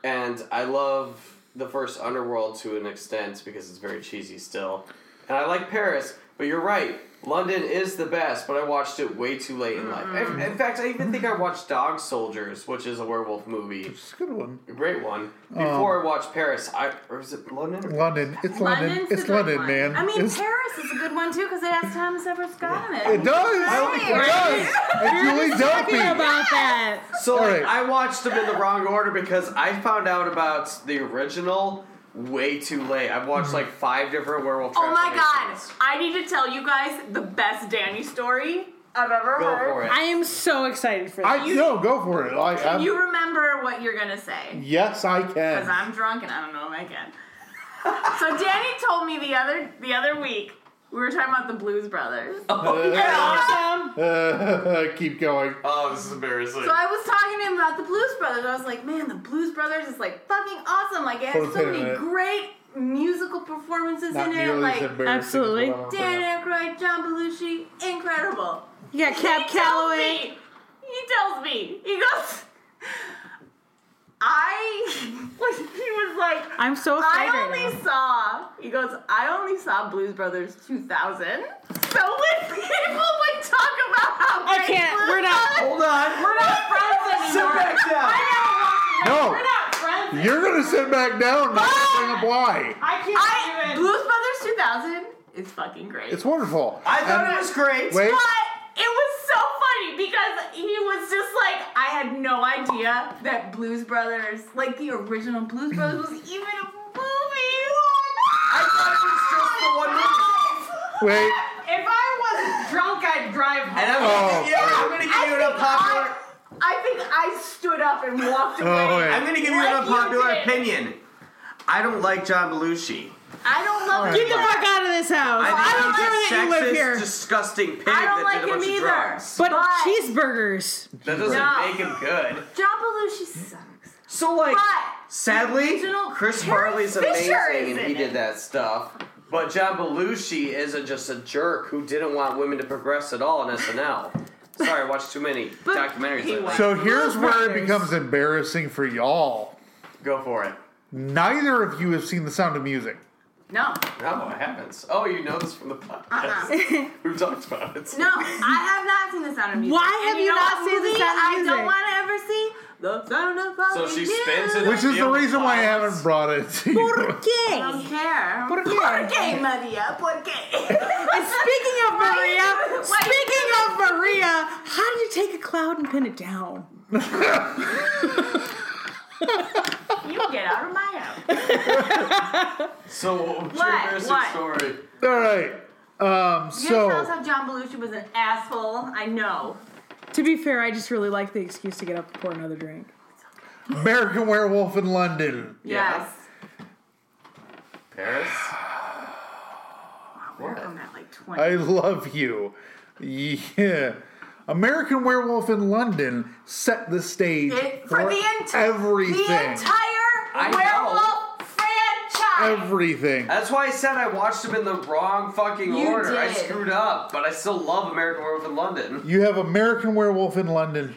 Speaker 2: and I love the first Underworld to an extent because it's very cheesy still, and I like Paris, but you're right. London is the best, but I watched it way too late in life. In- In fact, I even think I watched Dog Soldiers, which is a werewolf movie
Speaker 4: It's a good one.
Speaker 2: a great one.
Speaker 4: Um,
Speaker 2: Before I watched Paris, I or is it London?
Speaker 4: London. It's London.
Speaker 3: London's a
Speaker 4: It's
Speaker 3: good
Speaker 4: London,
Speaker 3: one.
Speaker 4: man.
Speaker 3: I mean,
Speaker 4: It's-
Speaker 3: Paris is a good one too because it has Thomas Edward Scott in
Speaker 4: It
Speaker 3: it.
Speaker 4: does.
Speaker 3: Hey,
Speaker 4: It does. It's Julie
Speaker 1: Talking
Speaker 4: Delpy.
Speaker 1: about that.
Speaker 2: So like,
Speaker 4: Alright.
Speaker 2: I watched them in the wrong order because I found out about the original way too late. I've watched
Speaker 4: Mm-hmm.
Speaker 2: like five different werewolf.
Speaker 3: Oh my god!
Speaker 2: transformations.
Speaker 3: I need to tell you guys the best Danny story I've ever
Speaker 2: Go
Speaker 3: heard.
Speaker 2: for it.
Speaker 1: I am so excited for that.
Speaker 4: I no, go for it. I,
Speaker 3: Can
Speaker 4: I'm-
Speaker 3: you remember what you're gonna say?
Speaker 4: yes, I can.
Speaker 3: Because I'm drunk and I don't know if I can. so Danny told me the other the other week we were talking about the Blues Brothers.
Speaker 4: Oh.
Speaker 1: Awesome.
Speaker 4: keep going.
Speaker 2: oh, this is embarrassing.
Speaker 3: So I was talking to him about the Blues Brothers. I was like, man, the Blues Brothers is like fucking awesome. Like it
Speaker 4: Hold
Speaker 3: has
Speaker 4: a
Speaker 3: so
Speaker 4: minute,
Speaker 3: many
Speaker 4: minute.
Speaker 3: great musical performances
Speaker 4: Not
Speaker 3: in it.
Speaker 4: nearly
Speaker 3: Like
Speaker 4: as embarrassing.
Speaker 1: Absolutely.
Speaker 4: as what I'm gonna bring up.
Speaker 3: Dan Aykroyd, John Belushi, incredible.
Speaker 1: You got Cab
Speaker 3: He tells
Speaker 1: Calloway.
Speaker 3: me- He tells me. He goes. I he was like,
Speaker 1: I'm so excited.
Speaker 3: I only saw. He goes, I only saw Blues Brothers 2000. So when people would talk about how
Speaker 1: I
Speaker 3: great
Speaker 1: can't.
Speaker 3: Blues
Speaker 1: We're not-
Speaker 3: Brothers-
Speaker 2: Hold on.
Speaker 3: We're not friends
Speaker 2: Sit
Speaker 3: anymore.
Speaker 2: back down.
Speaker 3: I know.
Speaker 4: No.
Speaker 3: We're not friends.
Speaker 4: You're gonna sit back down and not bring up why.
Speaker 5: I can't
Speaker 3: I,
Speaker 5: do it.
Speaker 3: Blues Brothers 2000 is fucking great.
Speaker 4: It's wonderful.
Speaker 2: I thought
Speaker 4: And-
Speaker 2: it was great.
Speaker 4: Wait,
Speaker 3: But it was so funny because he was just like, I had no idea that Blues Brothers, like the original Blues Brothers, was even a movie.
Speaker 2: I thought it was just the one movie.
Speaker 4: wait.
Speaker 5: If I was drunk, I'd drive home.
Speaker 2: And I'm
Speaker 4: Oh.
Speaker 2: gonna, yeah, I'm gonna give you an unpopular.
Speaker 3: I think I stood up and walked away.
Speaker 4: Oh, wait.
Speaker 2: I'm gonna give you an
Speaker 3: Like you
Speaker 2: unpopular
Speaker 3: did.
Speaker 2: opinion. I don't like John Belushi.
Speaker 3: I don't love
Speaker 4: Alright.
Speaker 3: him.
Speaker 1: Get the fuck out of this house.
Speaker 2: think
Speaker 1: I don't
Speaker 2: he's
Speaker 1: care
Speaker 2: a
Speaker 1: that you live
Speaker 2: sexist,
Speaker 1: here.
Speaker 2: Disgusting pig
Speaker 3: I don't
Speaker 2: that
Speaker 3: like
Speaker 2: did a bunch
Speaker 3: him
Speaker 2: of
Speaker 3: either.
Speaker 2: drugs.
Speaker 1: But
Speaker 3: But-
Speaker 1: cheeseburgers.
Speaker 2: That doesn't
Speaker 3: No.
Speaker 2: make him good.
Speaker 3: John Belushi sucks.
Speaker 2: So like,
Speaker 3: But-
Speaker 2: sadly,
Speaker 3: Original
Speaker 2: Chris
Speaker 3: Carrie
Speaker 2: Farley's
Speaker 3: Fisher is
Speaker 2: amazing, and
Speaker 3: in
Speaker 2: he
Speaker 3: it.
Speaker 2: did that stuff. But John Belushi is a, just a jerk who didn't want women to progress at all on SNL. Sorry, I watched too many documentaries.
Speaker 3: he
Speaker 2: lately.
Speaker 3: was.
Speaker 4: So here's where it
Speaker 1: Brothers.
Speaker 4: becomes embarrassing for y'all.
Speaker 2: Go for it.
Speaker 4: Neither of you have seen The Sound of Music.
Speaker 3: No,
Speaker 2: No, it happens. Oh, you know this from the podcast.
Speaker 3: Uh-uh.
Speaker 2: We've talked about it.
Speaker 3: no, I have not seen The Sound of Music.
Speaker 1: Why
Speaker 3: And
Speaker 1: have
Speaker 3: you
Speaker 1: you
Speaker 3: know
Speaker 1: not
Speaker 3: what
Speaker 1: seen The
Speaker 3: movie
Speaker 1: Sound of
Speaker 3: I don't
Speaker 1: Music?
Speaker 3: want to ever see The Sound of
Speaker 2: So she spins it
Speaker 3: Music.
Speaker 4: Which is the
Speaker 2: Feel
Speaker 4: reason why I
Speaker 2: biased.
Speaker 4: haven't brought it to
Speaker 1: Por
Speaker 4: you.
Speaker 3: I don't
Speaker 1: qué?
Speaker 3: care.
Speaker 1: Por qué?
Speaker 3: qué, Maria? Por qué?
Speaker 1: And speaking of
Speaker 3: Why
Speaker 1: Maria,
Speaker 3: you- why you-
Speaker 1: speaking of Maria, how do you take a cloud and pin it down?
Speaker 3: you get out of my house.
Speaker 2: So what's your
Speaker 3: What?
Speaker 2: embarrassing
Speaker 3: What?
Speaker 2: story?
Speaker 4: All right. Um,
Speaker 3: You so, tell us
Speaker 4: so
Speaker 3: how John Belushi was an asshole. I know.
Speaker 1: To be fair, I just really like the excuse to get up and pour another drink.
Speaker 4: American Werewolf in London.
Speaker 2: Yeah.
Speaker 3: Yes.
Speaker 2: Paris?
Speaker 3: We're
Speaker 2: What?
Speaker 3: on that like 20.
Speaker 4: I love you. Yeah. American Werewolf in London set the stage
Speaker 3: It- for the ent-
Speaker 4: everything.
Speaker 3: The entire
Speaker 2: I know.
Speaker 3: werewolf franchise.
Speaker 4: everything.
Speaker 2: That's why I said I watched him in the wrong fucking
Speaker 3: You
Speaker 2: order. I
Speaker 3: did.
Speaker 2: screwed up, but I still love American Werewolf in London.
Speaker 4: You have American Werewolf in London.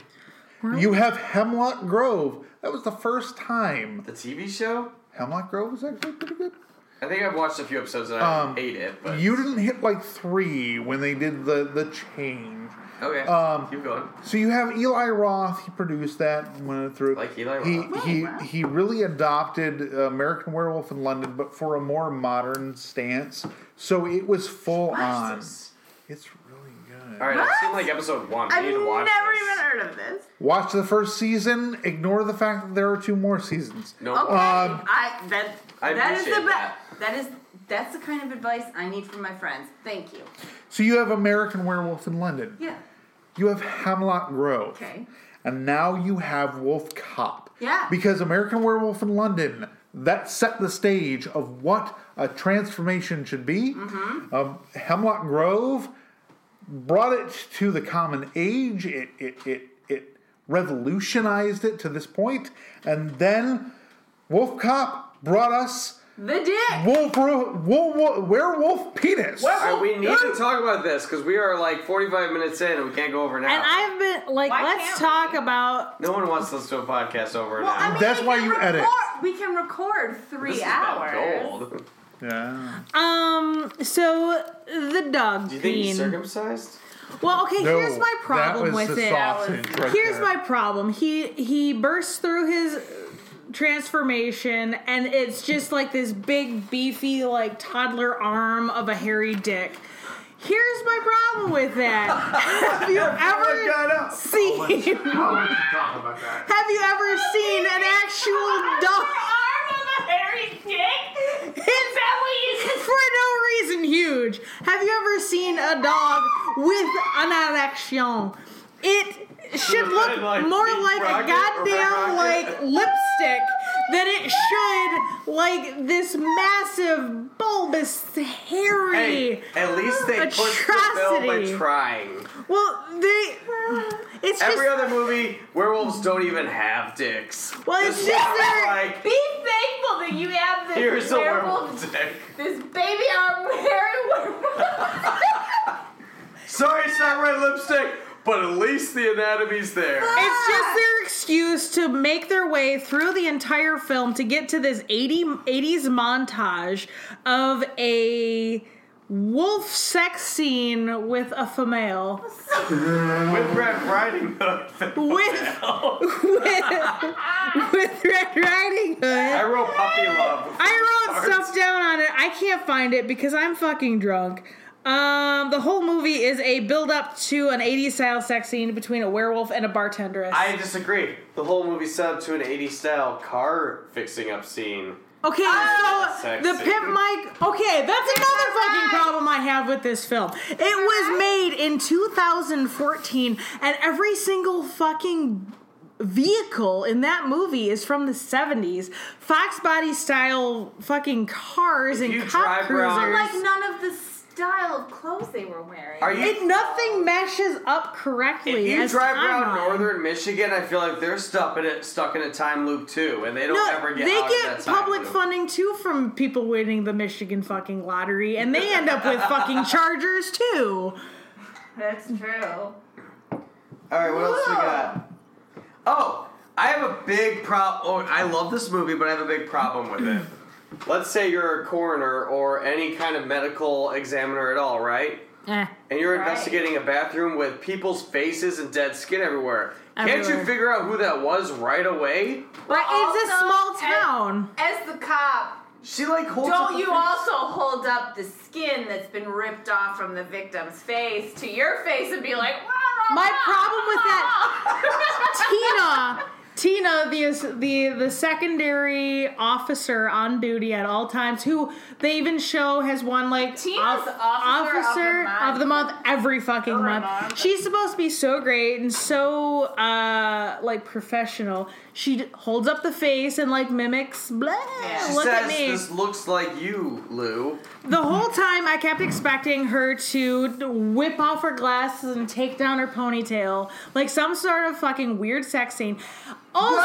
Speaker 4: You have Hemlock Grove. That was the first time.
Speaker 2: The TV show?
Speaker 4: Hemlock Grove was actually pretty good.
Speaker 2: I think I've watched a few episodes and I
Speaker 4: Um,
Speaker 2: hate it, but
Speaker 4: You didn't hit like three when they did the the change.
Speaker 2: okay.
Speaker 4: um,
Speaker 2: keep going.
Speaker 4: So you have Eli Roth. He produced that and went through.
Speaker 2: Like Eli
Speaker 4: he,
Speaker 2: Roth.
Speaker 4: He
Speaker 3: wow.
Speaker 4: he really adopted uh, American Werewolf in London, but for a more modern stance. So it was full on.
Speaker 2: this.
Speaker 4: It's really good.
Speaker 2: All right,
Speaker 3: What?
Speaker 2: I've seen like episode one. I
Speaker 3: I've
Speaker 2: need
Speaker 3: never
Speaker 2: to watch this.
Speaker 3: even heard of this.
Speaker 4: Watch the first season. Ignore the fact that there are two more seasons.
Speaker 2: No,
Speaker 3: Okay.
Speaker 4: Um,
Speaker 3: I that
Speaker 2: I
Speaker 3: that is the
Speaker 2: appreciate
Speaker 3: be-
Speaker 2: that.
Speaker 3: that is that's the kind of advice I need from my friends. Thank you.
Speaker 4: So you have American Werewolf in London.
Speaker 3: Yeah.
Speaker 4: You have Hemlock Grove.
Speaker 3: Okay.
Speaker 4: And now you have Wolf Cop.
Speaker 3: Yeah.
Speaker 4: Because American Werewolf in London, that set the stage of what a transformation should be.
Speaker 1: Mm-hmm.
Speaker 4: Um, Hemlock Grove brought it to the common age. It, it, it, it revolutionized it to this point. And then Wolf Cop brought us
Speaker 3: The dick.
Speaker 4: Wolf, Wolf, Wolf, Werewolf Penis.
Speaker 2: All right, we need to talk about this because we are like 45 minutes in and we can't go over now.
Speaker 1: And I've been like,
Speaker 3: Oh. Why
Speaker 1: let's
Speaker 3: can't
Speaker 1: talk
Speaker 3: we?
Speaker 1: about.
Speaker 2: no one wants to listen to a podcast over
Speaker 3: Well,
Speaker 2: now.
Speaker 3: I mean,
Speaker 4: That's
Speaker 3: we
Speaker 4: why
Speaker 3: can
Speaker 4: you
Speaker 3: record,
Speaker 4: edit.
Speaker 3: We can record three
Speaker 2: this is about
Speaker 3: hours.
Speaker 2: gold.
Speaker 4: Yeah.
Speaker 1: Um, so the dog
Speaker 2: Do you think
Speaker 1: peen.
Speaker 2: he's circumcised?
Speaker 1: well, okay,
Speaker 4: No,
Speaker 1: here's my problem
Speaker 4: that was
Speaker 1: with
Speaker 4: the
Speaker 1: it.
Speaker 4: sausage right
Speaker 1: Here's
Speaker 4: there.
Speaker 1: my problem. He he bursts through his uh, transformation and it's just like this big beefy like toddler arm of a hairy dick. Here's my problem with that. Have you ever seen Have you ever seen an actual dog
Speaker 5: Arm of a hairy dick? Is that what you
Speaker 1: for no reason huge. Have you ever seen a dog with an erection? It should look
Speaker 2: Like
Speaker 1: more
Speaker 2: Pete
Speaker 1: like a
Speaker 2: Rocket
Speaker 1: goddamn
Speaker 2: or
Speaker 1: like
Speaker 2: Rocket.
Speaker 1: lipstick than it should like this massive bulbous hairy.
Speaker 2: Hey, at least they pushed the bill by
Speaker 1: Atrocity.
Speaker 2: trying.
Speaker 1: Well, they. It's just
Speaker 2: Every other movie, werewolves don't even have dicks.
Speaker 1: Well, it's
Speaker 2: This
Speaker 1: just
Speaker 2: one was
Speaker 1: their-
Speaker 2: like,
Speaker 3: Be thankful that you have this
Speaker 2: here's a
Speaker 3: werewolf,
Speaker 2: werewolf dick.
Speaker 3: this baby arm hairy werewolf.
Speaker 2: Sorry, it's not red lipstick, but at least the anatomy's there.
Speaker 1: It's
Speaker 3: Ah.
Speaker 1: just their excuse to make their way through the entire film to get to this 80, 80s montage of a wolf sex scene with a female.
Speaker 2: With Red Riding Hood.
Speaker 1: With, with, with Red Riding Hood.
Speaker 2: I wrote Puppy Love.
Speaker 1: I wrote stuff down on it. I can't find it because I'm fucking drunk. Um, the whole movie is a build up to an 80s style sex scene between a werewolf and a bartendress.
Speaker 2: I disagree. The whole movie set up to an 80s style car fixing up scene.
Speaker 1: Okay, so
Speaker 2: Sexy.
Speaker 1: the Pimp Mike. Okay, that's another fucking problem I have with this film. It was made in 2014, and every single fucking vehicle in that movie is from the 70s. Fox body style fucking cars and
Speaker 2: you
Speaker 1: cop
Speaker 2: drive around-
Speaker 1: cruisers.
Speaker 3: Like none of the style of clothes they were wearing.
Speaker 2: Are you
Speaker 1: it, nothing meshes up
Speaker 2: If
Speaker 1: correctly.
Speaker 2: you
Speaker 1: as
Speaker 2: drive
Speaker 1: timeline.
Speaker 2: around northern Michigan, I feel like they're stuck in it, stuck in a time loop too, and they don't
Speaker 1: No,
Speaker 2: ever get.
Speaker 1: they
Speaker 2: out
Speaker 1: get
Speaker 2: of that time
Speaker 1: public
Speaker 2: loop.
Speaker 1: funding too from people winning the Michigan fucking lottery, and they end up with fucking Chargers too.
Speaker 3: That's true.
Speaker 2: All right, what else we got? Oh, I have a big problem. Oh, I love this movie, but I have a big problem with it. Let's say you're a coroner or any kind of medical examiner at all, right?
Speaker 1: Eh.
Speaker 2: And you're
Speaker 3: Right.
Speaker 2: investigating a bathroom with people's faces and dead skin everywhere. Can't you
Speaker 1: Everywhere.
Speaker 2: figure out who that was right away?
Speaker 1: But it's a
Speaker 3: also,
Speaker 1: small
Speaker 3: and-
Speaker 2: eh,
Speaker 1: town.
Speaker 3: As the cop,
Speaker 2: She like holds. up
Speaker 3: don't
Speaker 2: the
Speaker 3: you
Speaker 2: face-
Speaker 3: also hold up the skin that's been ripped off from the victim's face to your face and be like, "Wah, wah,
Speaker 1: My
Speaker 3: wah,
Speaker 1: problem with
Speaker 3: wah."
Speaker 1: Tina, Tina, the the the secondary officer on duty at all times, who they even show has won like
Speaker 3: Tina's Officer of the Month. Oh
Speaker 1: of the month every fucking
Speaker 3: Every
Speaker 1: month.
Speaker 3: month.
Speaker 1: She's supposed to be so great and so uh like professional. She d- holds up the face and like mimics. Blah,
Speaker 3: Yeah.
Speaker 2: She
Speaker 1: look
Speaker 2: says
Speaker 1: at me.
Speaker 2: this looks like you, Lou.
Speaker 1: The whole time I kept expecting her to whip off her glasses and take down her ponytail, like some sort of fucking weird sex scene. Also,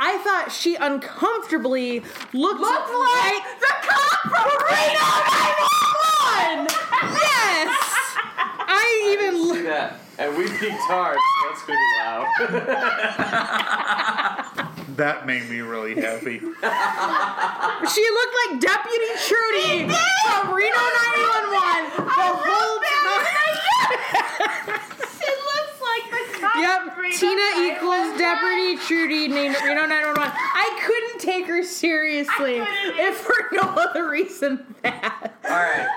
Speaker 1: I thought she uncomfortably looked,
Speaker 3: Looked
Speaker 1: like the cop from Reno 911. yes, I
Speaker 2: See
Speaker 1: even
Speaker 2: that? And we peaked hard. so That's pretty loud.
Speaker 4: That made me really happy.
Speaker 1: she looked like Deputy Trudy from Reno 911. The whole time.
Speaker 3: She looks like the cop.
Speaker 1: Yep,
Speaker 3: from Reno
Speaker 1: Tina E.
Speaker 3: 911.
Speaker 1: equals Deputy Trudy named Reno 911. I couldn't take her seriously
Speaker 3: I couldn't
Speaker 1: if for no other reason that.
Speaker 2: All right.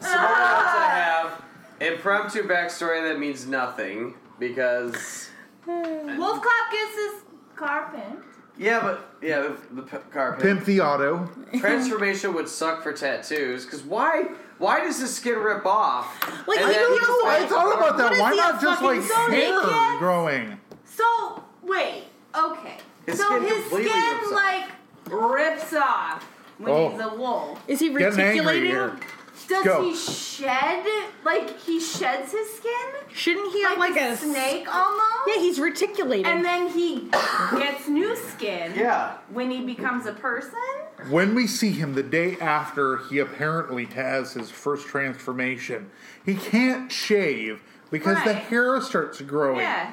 Speaker 2: So what else I
Speaker 1: Ah.
Speaker 2: have? Impromptu backstory that means nothing because
Speaker 3: Wolf cop gets his car pimped.
Speaker 2: yeah, but yeah, the, the p- car pimp.
Speaker 4: Pimp the auto.
Speaker 2: transformation would suck for tattoos because why? Why does his skin rip off?
Speaker 1: Like,
Speaker 2: And
Speaker 1: I
Speaker 2: then
Speaker 1: don't
Speaker 2: he just,
Speaker 1: know,
Speaker 2: like,
Speaker 4: I thought about
Speaker 1: What
Speaker 4: that.
Speaker 1: is
Speaker 4: Why
Speaker 1: he, a
Speaker 4: not just
Speaker 1: fucking
Speaker 4: like
Speaker 1: Zodiac
Speaker 4: hair
Speaker 1: kid?
Speaker 4: growing?
Speaker 3: So wait, okay.
Speaker 2: His
Speaker 3: so
Speaker 2: skin
Speaker 3: his
Speaker 2: completely
Speaker 3: skin
Speaker 2: rips off.
Speaker 3: like rips off when
Speaker 4: Oh.
Speaker 3: he's a wolf.
Speaker 1: Is he
Speaker 4: Getting angry here.
Speaker 1: reticulating?
Speaker 3: Does
Speaker 4: Go.
Speaker 3: he shed like he sheds his skin?
Speaker 1: Shouldn't he have like,
Speaker 3: like,
Speaker 1: a
Speaker 3: a snake almost.
Speaker 1: Yeah, he's reticulating.
Speaker 3: and then he gets new skin.
Speaker 2: Yeah.
Speaker 3: When he becomes a person.
Speaker 4: When we see him the day after he apparently has his first transformation, he can't shave because the
Speaker 3: Right.
Speaker 4: hair starts growing.
Speaker 3: Yeah.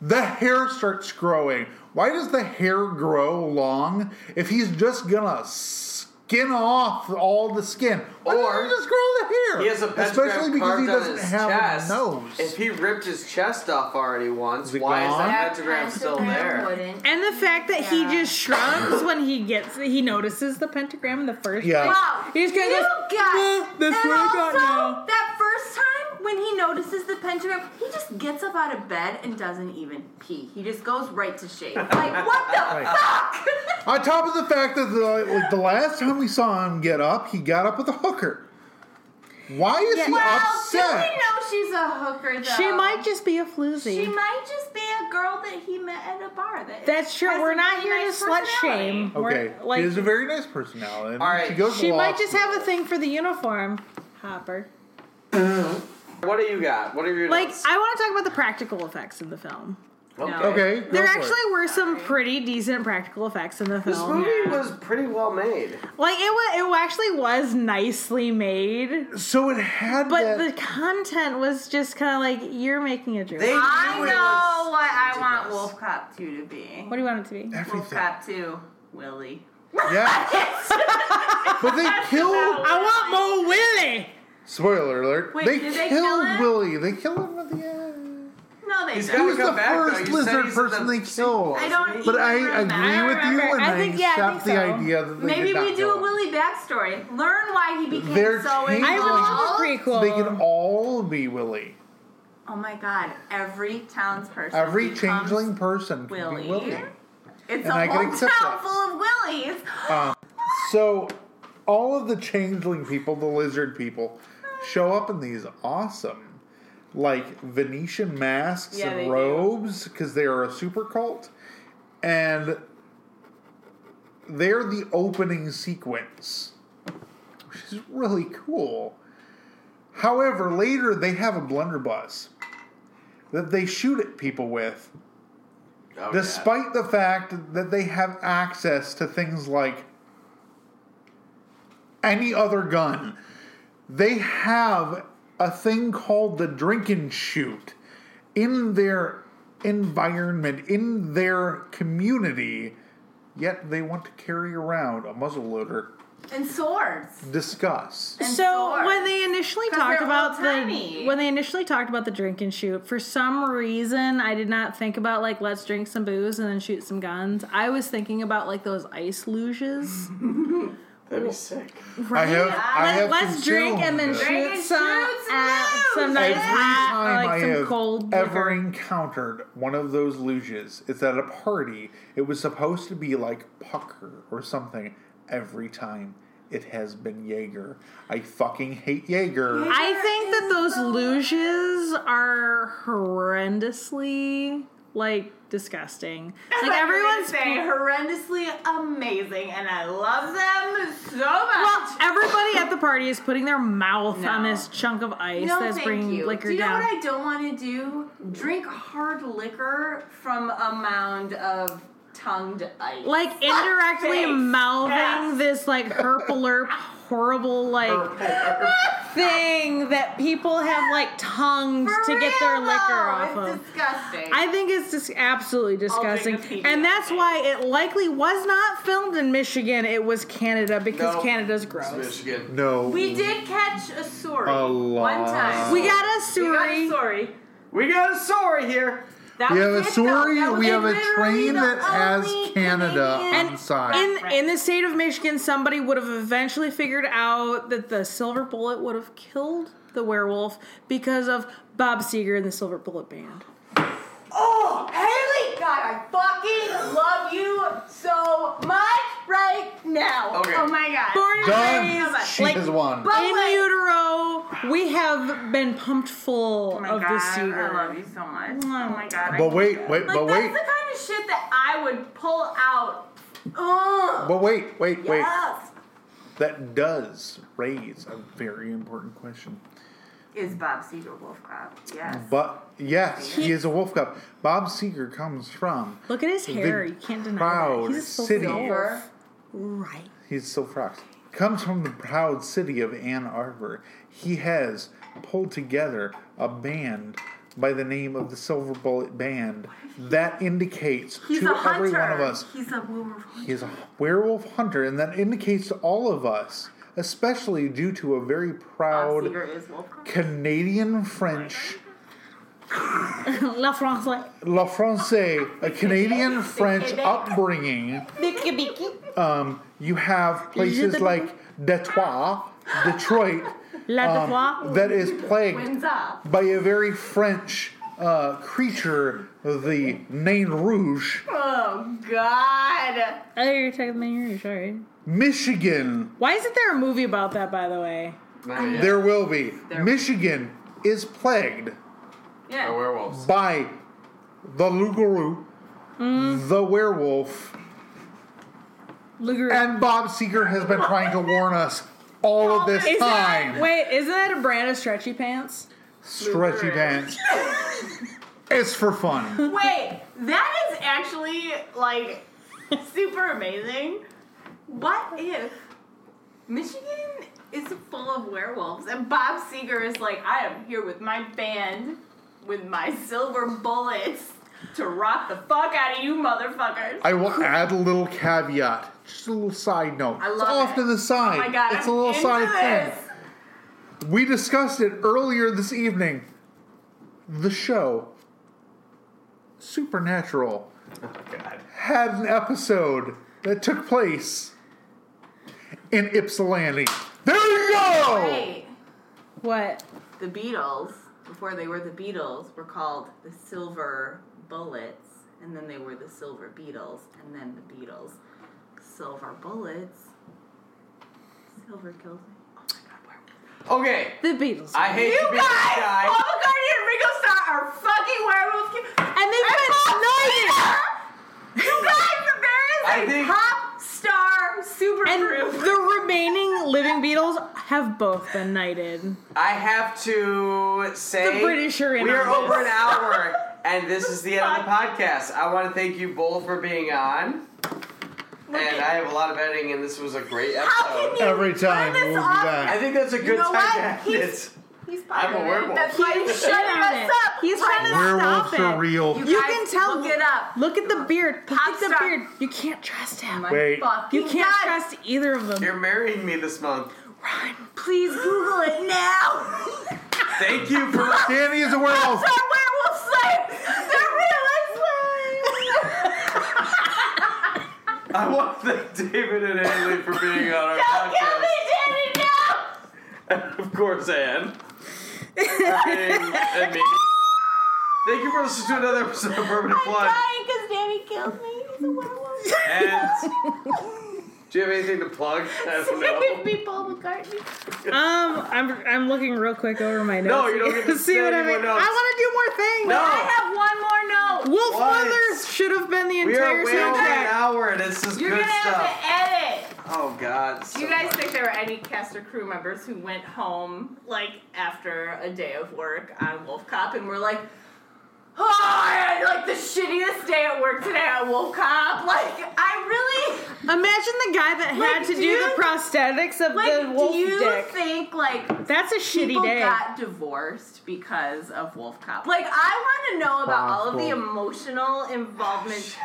Speaker 4: The hair starts growing. Why does the hair grow long if he's just gonna skin off all the skin? Why
Speaker 2: Or
Speaker 4: doesn't he just grow the hair?
Speaker 2: He has a pentagram
Speaker 4: especially because
Speaker 2: carved
Speaker 4: he
Speaker 2: on
Speaker 4: doesn't
Speaker 2: his
Speaker 4: have
Speaker 2: chest.
Speaker 4: a nose.
Speaker 2: If he ripped his chest off already once,
Speaker 4: Is it
Speaker 2: why is
Speaker 4: gone?
Speaker 2: that pentagram still there?
Speaker 3: Wouldn't.
Speaker 1: And the fact that he
Speaker 3: Yeah.
Speaker 1: just shrugs when he gets he notices the pentagram in the first
Speaker 4: Yeah.
Speaker 1: place.
Speaker 3: Wow.
Speaker 1: He just kinda
Speaker 3: you
Speaker 1: goes,
Speaker 3: got-
Speaker 1: "Meh, that's
Speaker 3: and
Speaker 1: what I
Speaker 3: also,
Speaker 1: got now."
Speaker 3: That first time when he notices the pentagram, he just gets up out of bed and doesn't even pee. He just goes right to shave. Like, what the fuck?
Speaker 4: On top of the fact that the, like, the last time we saw him get up, he got up with a hooker. Why is he
Speaker 3: well, do
Speaker 4: upset?
Speaker 3: we know she's a hooker though?
Speaker 1: She might just be a floozy.
Speaker 3: She might just be a girl that he met at a bar. That
Speaker 1: That's true.
Speaker 3: has a
Speaker 1: We're not
Speaker 3: really
Speaker 1: here
Speaker 3: nice
Speaker 1: to slut
Speaker 3: personality.
Speaker 1: shame.
Speaker 4: Okay,
Speaker 1: We're, like
Speaker 4: she has a very nice personality.
Speaker 2: All right.
Speaker 4: she goes
Speaker 1: she might
Speaker 4: along.
Speaker 1: just have a thing for the uniform, Hopper.
Speaker 2: What do you got? What are your
Speaker 1: Like
Speaker 2: notes?
Speaker 1: I want to talk about the practical effects in the film.
Speaker 3: No.
Speaker 4: Okay, go
Speaker 1: There
Speaker 4: for it.
Speaker 1: actually were some pretty decent practical effects in the
Speaker 2: This
Speaker 1: film.
Speaker 2: movie was pretty well made.
Speaker 1: Like it was, it actually was nicely made,
Speaker 4: So it had
Speaker 1: but
Speaker 4: that.
Speaker 1: the content was just kind of like you're making a joke.
Speaker 2: They
Speaker 3: I
Speaker 2: knew it
Speaker 3: know
Speaker 2: was
Speaker 3: what I
Speaker 2: something
Speaker 3: want
Speaker 2: else.
Speaker 3: Wolf Cop 2 to be.
Speaker 1: what do you want it to be?
Speaker 3: Wolf
Speaker 4: everything.
Speaker 3: Cop 2, Willy.
Speaker 4: Yeah. but they killed.
Speaker 1: I want Mo Willie.
Speaker 4: Spoiler alert.
Speaker 3: Wait,
Speaker 4: they
Speaker 3: did
Speaker 4: killed
Speaker 3: they kill him?
Speaker 4: Willie. They killed him at the end.
Speaker 3: No, they
Speaker 2: He's
Speaker 3: don't.
Speaker 2: got-
Speaker 4: Who's
Speaker 2: come
Speaker 4: the
Speaker 2: back, though.
Speaker 4: first
Speaker 2: You said
Speaker 4: lizard
Speaker 2: he's in
Speaker 4: person
Speaker 2: the
Speaker 4: they killed?
Speaker 3: I don't
Speaker 4: But
Speaker 3: even
Speaker 4: I
Speaker 3: remember.
Speaker 4: agree with you,
Speaker 1: remember.
Speaker 4: and
Speaker 1: I
Speaker 4: I,
Speaker 1: think- yeah, I
Speaker 4: accept
Speaker 1: think
Speaker 4: the
Speaker 1: so.
Speaker 4: idea that they
Speaker 3: Maybe
Speaker 4: did not
Speaker 3: we do
Speaker 4: kill
Speaker 3: a
Speaker 4: him.
Speaker 3: Willy backstory. Learn why he became
Speaker 4: They're
Speaker 3: so
Speaker 4: changing-
Speaker 1: I
Speaker 4: Oh,
Speaker 1: would love a prequel.
Speaker 4: They can all be Willie.
Speaker 3: Oh my god, every townsperson.
Speaker 4: Every
Speaker 3: becomes
Speaker 4: changeling person can
Speaker 3: Willy.
Speaker 4: be Willie.
Speaker 3: It's
Speaker 4: and
Speaker 3: a
Speaker 4: I can
Speaker 3: whole
Speaker 4: accept
Speaker 3: town
Speaker 4: that.
Speaker 3: full of Willies.
Speaker 4: Oh. So, all of the changeling people, the lizard people, show up in these awesome, like Venetian masks
Speaker 3: Yeah, they
Speaker 4: and
Speaker 3: do.
Speaker 4: robes because they are a super cult, and they're the opening sequence, which is really cool. However, later they have a blunderbuss that they shoot at people with,
Speaker 2: Oh, yeah.
Speaker 4: despite the fact that they have access to things like any other gun. They have a thing called the drink and shoot in their environment, in their community, yet they want to carry around a muzzle loader.
Speaker 3: And swords.
Speaker 4: Discuss.
Speaker 3: And
Speaker 1: So
Speaker 3: swords.
Speaker 1: when they initially
Speaker 3: 'Cause
Speaker 1: talked
Speaker 3: they're
Speaker 1: about
Speaker 3: all
Speaker 1: the
Speaker 3: tiny.
Speaker 1: when they initially talked about the drink and shoot, for some reason I did not think about like let's drink some booze and then shoot some guns. I was thinking about like those ice luges.
Speaker 2: That'd be sick.
Speaker 4: I have, I
Speaker 1: Let,
Speaker 4: have
Speaker 1: let's drink and then
Speaker 4: consumed
Speaker 1: shoot
Speaker 4: it.
Speaker 3: Drink and
Speaker 1: some
Speaker 3: shoot some
Speaker 1: at
Speaker 3: booze.
Speaker 1: some nice
Speaker 4: Every
Speaker 1: hat or
Speaker 4: time
Speaker 1: like
Speaker 4: I
Speaker 1: some
Speaker 4: have
Speaker 1: cold
Speaker 4: ever
Speaker 1: liquor.
Speaker 4: encountered one of those luges, it's at a party. It was supposed to be like pucker or something. Every time it has been Jaeger. I fucking hate Jaeger.
Speaker 1: I think that those luges are horrendously like disgusting. Like everyone's
Speaker 3: say horrendously amazing, and I love them so
Speaker 1: Well,
Speaker 3: much.
Speaker 1: everybody at the party is putting their mouth
Speaker 3: No.
Speaker 1: on this chunk of ice
Speaker 3: no,
Speaker 1: that's
Speaker 3: thank
Speaker 1: bringing
Speaker 3: you.
Speaker 1: liquor
Speaker 3: do you
Speaker 1: down.
Speaker 3: know what I don't want to do? Drink hard liquor from a mound of tongued ice.
Speaker 1: like indirectly
Speaker 3: sakes.
Speaker 1: mouthing
Speaker 3: Yes.
Speaker 1: this like herplerp horrible like thing that people have like tongued
Speaker 3: For
Speaker 1: to get their
Speaker 3: real,
Speaker 1: liquor
Speaker 3: though,
Speaker 1: off
Speaker 3: it's
Speaker 1: of.
Speaker 3: disgusting.
Speaker 1: I think it's just absolutely disgusting,
Speaker 3: Wikipedia.
Speaker 1: and that's why it likely was not filmed in Michigan. It was Canada because
Speaker 2: No.
Speaker 1: Canada's gross.
Speaker 2: It's Michigan.
Speaker 4: No.
Speaker 3: we did catch a sorry
Speaker 4: A
Speaker 3: one
Speaker 4: lot.
Speaker 3: time.
Speaker 1: We got
Speaker 3: We got
Speaker 1: a
Speaker 3: a
Speaker 1: story.
Speaker 3: sorry.
Speaker 2: We got a sorry here.
Speaker 3: That
Speaker 4: We
Speaker 3: was
Speaker 4: have a
Speaker 3: it, though.
Speaker 4: sorry,
Speaker 3: That was
Speaker 4: we have a
Speaker 3: literally
Speaker 4: train
Speaker 3: the
Speaker 4: that has
Speaker 3: only
Speaker 4: Canada
Speaker 3: Canadian-
Speaker 1: And
Speaker 4: Sorry.
Speaker 1: in
Speaker 3: Right.
Speaker 1: in the state of Michigan, somebody would have eventually figured out that the silver bullet would have killed the werewolf because of Bob Seger and the Silver Bullet Band.
Speaker 3: Oh, Haley! God, I fucking love you so much right now.
Speaker 2: Okay.
Speaker 3: Oh my god.
Speaker 1: Born and
Speaker 4: Done.
Speaker 1: raised,
Speaker 4: She
Speaker 1: like,
Speaker 4: has won.
Speaker 3: But
Speaker 1: in
Speaker 3: wait.
Speaker 1: utero, we have been pumped full
Speaker 3: Oh my
Speaker 1: of
Speaker 3: god,
Speaker 1: the Seger.
Speaker 3: I love you so much. Oh my god. I-
Speaker 4: But wait, wait,
Speaker 3: like
Speaker 4: but
Speaker 3: that's
Speaker 4: wait.
Speaker 3: the kind of shit that I would pull out. Ugh.
Speaker 4: But wait, wait, wait.
Speaker 3: Yes.
Speaker 4: That does raise a very important question.
Speaker 3: Is Bob Seger wolf crap? Yes.
Speaker 4: But yes, he is a wolf cop. Bob Seeger comes from
Speaker 1: Look at his hair;
Speaker 4: The
Speaker 1: you can't deny
Speaker 4: proud
Speaker 1: that. He's a silver
Speaker 4: city.
Speaker 1: wolf. right?
Speaker 4: He's still frogs. Comes from the proud city of Ann Arbor. He has pulled together a band by the name of the Silver Bullet Band that indicates
Speaker 3: He's
Speaker 4: to
Speaker 3: a hunter.
Speaker 4: every one of us
Speaker 3: He's a wolf.
Speaker 4: he is a werewolf hunter, and that indicates to all of us, especially due to a very
Speaker 3: Bob
Speaker 4: proud
Speaker 3: Seger is wolf crap.
Speaker 4: Canadian French,
Speaker 1: La France, like
Speaker 4: La Francais, a Canadian French upbringing.
Speaker 1: biki biki.
Speaker 4: Um, you have places like Detroit, Detroit,
Speaker 1: La
Speaker 4: um,
Speaker 1: Devois.
Speaker 4: that is plagued
Speaker 3: Wins up.
Speaker 4: by a very French uh, creature, the Nain Rouge.
Speaker 3: Oh god.
Speaker 1: Oh, you're talking about your sorry.
Speaker 4: Michigan,
Speaker 1: Why isn't there a movie about that? By the way,
Speaker 2: Not yet.
Speaker 4: there will be.
Speaker 3: There-
Speaker 4: Michigan is plagued
Speaker 3: Yeah.
Speaker 2: They're
Speaker 4: Oh,
Speaker 2: werewolves.
Speaker 4: by the Lugaru, the werewolf,
Speaker 1: Luger.
Speaker 4: and Bob Seeger has been trying to warn us all of this
Speaker 1: Is that,
Speaker 4: time.
Speaker 1: wait, isn't that a brand of stretchy pants?
Speaker 4: Stretchy
Speaker 3: Lugaru.
Speaker 4: pants. It's for fun.
Speaker 3: Wait, that is actually like super amazing. What if Michigan is full of werewolves and Bob Seger is like, I am here with my band, with my silver bullets to rock the fuck out of you motherfuckers.
Speaker 4: I will add a little caveat, just a little side note.
Speaker 3: I
Speaker 4: it's
Speaker 3: love
Speaker 4: off
Speaker 3: it.
Speaker 4: to the side.
Speaker 3: oh my god,
Speaker 4: it's
Speaker 3: I'm
Speaker 4: a little
Speaker 3: into
Speaker 4: side
Speaker 3: this.
Speaker 4: thing. We discussed it earlier this evening. The show Supernatural
Speaker 2: God.
Speaker 4: had an episode that took place in Ypsilanti. There you go.
Speaker 3: Wait,
Speaker 1: What?
Speaker 3: the Beatles, before they were the Beatles, were called the Silver Bullets, and then they were the Silver Beatles, and then the Beatles. Silver Bullets. Silver kills me. Oh my god, werewolves.
Speaker 2: Okay.
Speaker 1: The Beatles.
Speaker 2: I hate to be
Speaker 3: You
Speaker 2: this
Speaker 3: guys,
Speaker 2: guy.
Speaker 3: Paul McCartney and Ringo Starr are fucking werewolf kids.
Speaker 1: and they've been snorted.
Speaker 3: You guys, there
Speaker 2: I
Speaker 3: is a
Speaker 2: think-
Speaker 3: pop star super
Speaker 1: And
Speaker 3: group.
Speaker 1: the remaining living Beatles have both been knighted.
Speaker 2: I have to say
Speaker 1: The British are in
Speaker 2: we are
Speaker 1: on
Speaker 2: over an
Speaker 1: this.
Speaker 2: hour, and this is the end of the podcast. I want to thank you both for being on. And I have a lot of editing, and this was a great episode.
Speaker 3: How can you
Speaker 4: Every
Speaker 3: turn
Speaker 4: time
Speaker 3: this
Speaker 4: we'll be
Speaker 3: off?
Speaker 4: back.
Speaker 2: I think that's a good
Speaker 3: know
Speaker 2: time
Speaker 3: what?
Speaker 2: to end
Speaker 3: He's-
Speaker 2: it.
Speaker 3: He's
Speaker 2: I'm a
Speaker 3: pirate.
Speaker 2: werewolf.
Speaker 3: That's why he's
Speaker 1: shit
Speaker 3: shutting
Speaker 1: on
Speaker 3: us
Speaker 1: it.
Speaker 3: up.
Speaker 1: He's trying to-
Speaker 4: Werewolves
Speaker 1: Stop
Speaker 4: are
Speaker 1: it.
Speaker 4: real.
Speaker 3: You
Speaker 1: You
Speaker 3: guys,
Speaker 1: can tell.
Speaker 3: Look it up.
Speaker 1: Look at the beard. Look
Speaker 3: Pop
Speaker 1: at the
Speaker 3: star.
Speaker 1: beard. You can't trust him.
Speaker 3: My
Speaker 4: Wait.
Speaker 3: fucking
Speaker 1: You can't
Speaker 3: God.
Speaker 1: trust either of them.
Speaker 2: You're marrying me this month.
Speaker 3: Please Google it now.
Speaker 2: Thank you for.
Speaker 4: Danny is a werewolf.
Speaker 3: They're werewolf slaves. They're real slaves.
Speaker 2: I want to thank David and Haley for being on our
Speaker 3: Don't kill me, Danny.
Speaker 2: podcast.
Speaker 3: No.
Speaker 2: Of course, Anne. and, and me. Thank you for listening to another episode of Permanent
Speaker 3: I'm
Speaker 2: Blood.
Speaker 3: dying because Danny killed me. He's a werewolf.
Speaker 2: And do you have anything to plug? I
Speaker 3: Save
Speaker 2: don't know.
Speaker 3: me, Paul McCartney.
Speaker 1: Um, I'm I'm looking real quick over my notes.
Speaker 2: No, you don't get to
Speaker 1: see
Speaker 2: say
Speaker 1: what I
Speaker 2: anyone
Speaker 1: mean.
Speaker 2: else.
Speaker 1: I want to do more things.
Speaker 2: No.
Speaker 3: I have one more note.
Speaker 1: Wolf
Speaker 2: What?
Speaker 1: Mothers should have been the
Speaker 2: We
Speaker 1: entire
Speaker 2: are way over an
Speaker 1: soundtrack.
Speaker 2: hour, and this is
Speaker 3: You're
Speaker 2: good
Speaker 3: gonna
Speaker 2: stuff.
Speaker 3: have to edit.
Speaker 2: Oh God.
Speaker 3: Do you guys think there were any cast or crew members who went home like after a day of work on Wolf Cop and were like, "Oh, I had like the shittiest day at work today at Wolf Cop." Like, I really
Speaker 1: Imagine the guy that
Speaker 3: Like,
Speaker 1: had to
Speaker 3: do
Speaker 1: do,
Speaker 3: you-
Speaker 1: the prosthetics of
Speaker 3: like.
Speaker 1: the wolf
Speaker 3: do you
Speaker 1: dick.
Speaker 3: think like
Speaker 1: That's a shitty
Speaker 3: people
Speaker 1: day.
Speaker 3: got divorced because of Wolf Cop? Like, I want to know about all of the
Speaker 4: Possible.
Speaker 3: emotional involvement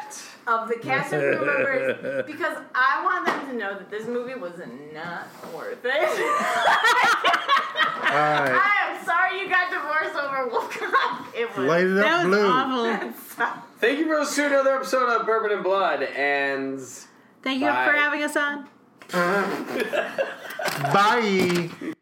Speaker 3: of the cast and crew members because I want them to know that this movie was not worth it.
Speaker 4: All right.
Speaker 3: I am sorry you got divorced over Wolf Cop. It was.
Speaker 4: Light it up
Speaker 1: that was
Speaker 4: blue.
Speaker 1: awful.
Speaker 2: Thank you for listening to another episode of Bourbon and Blood, and
Speaker 1: Thank you
Speaker 2: Bye.
Speaker 1: for having us on.
Speaker 4: Bye.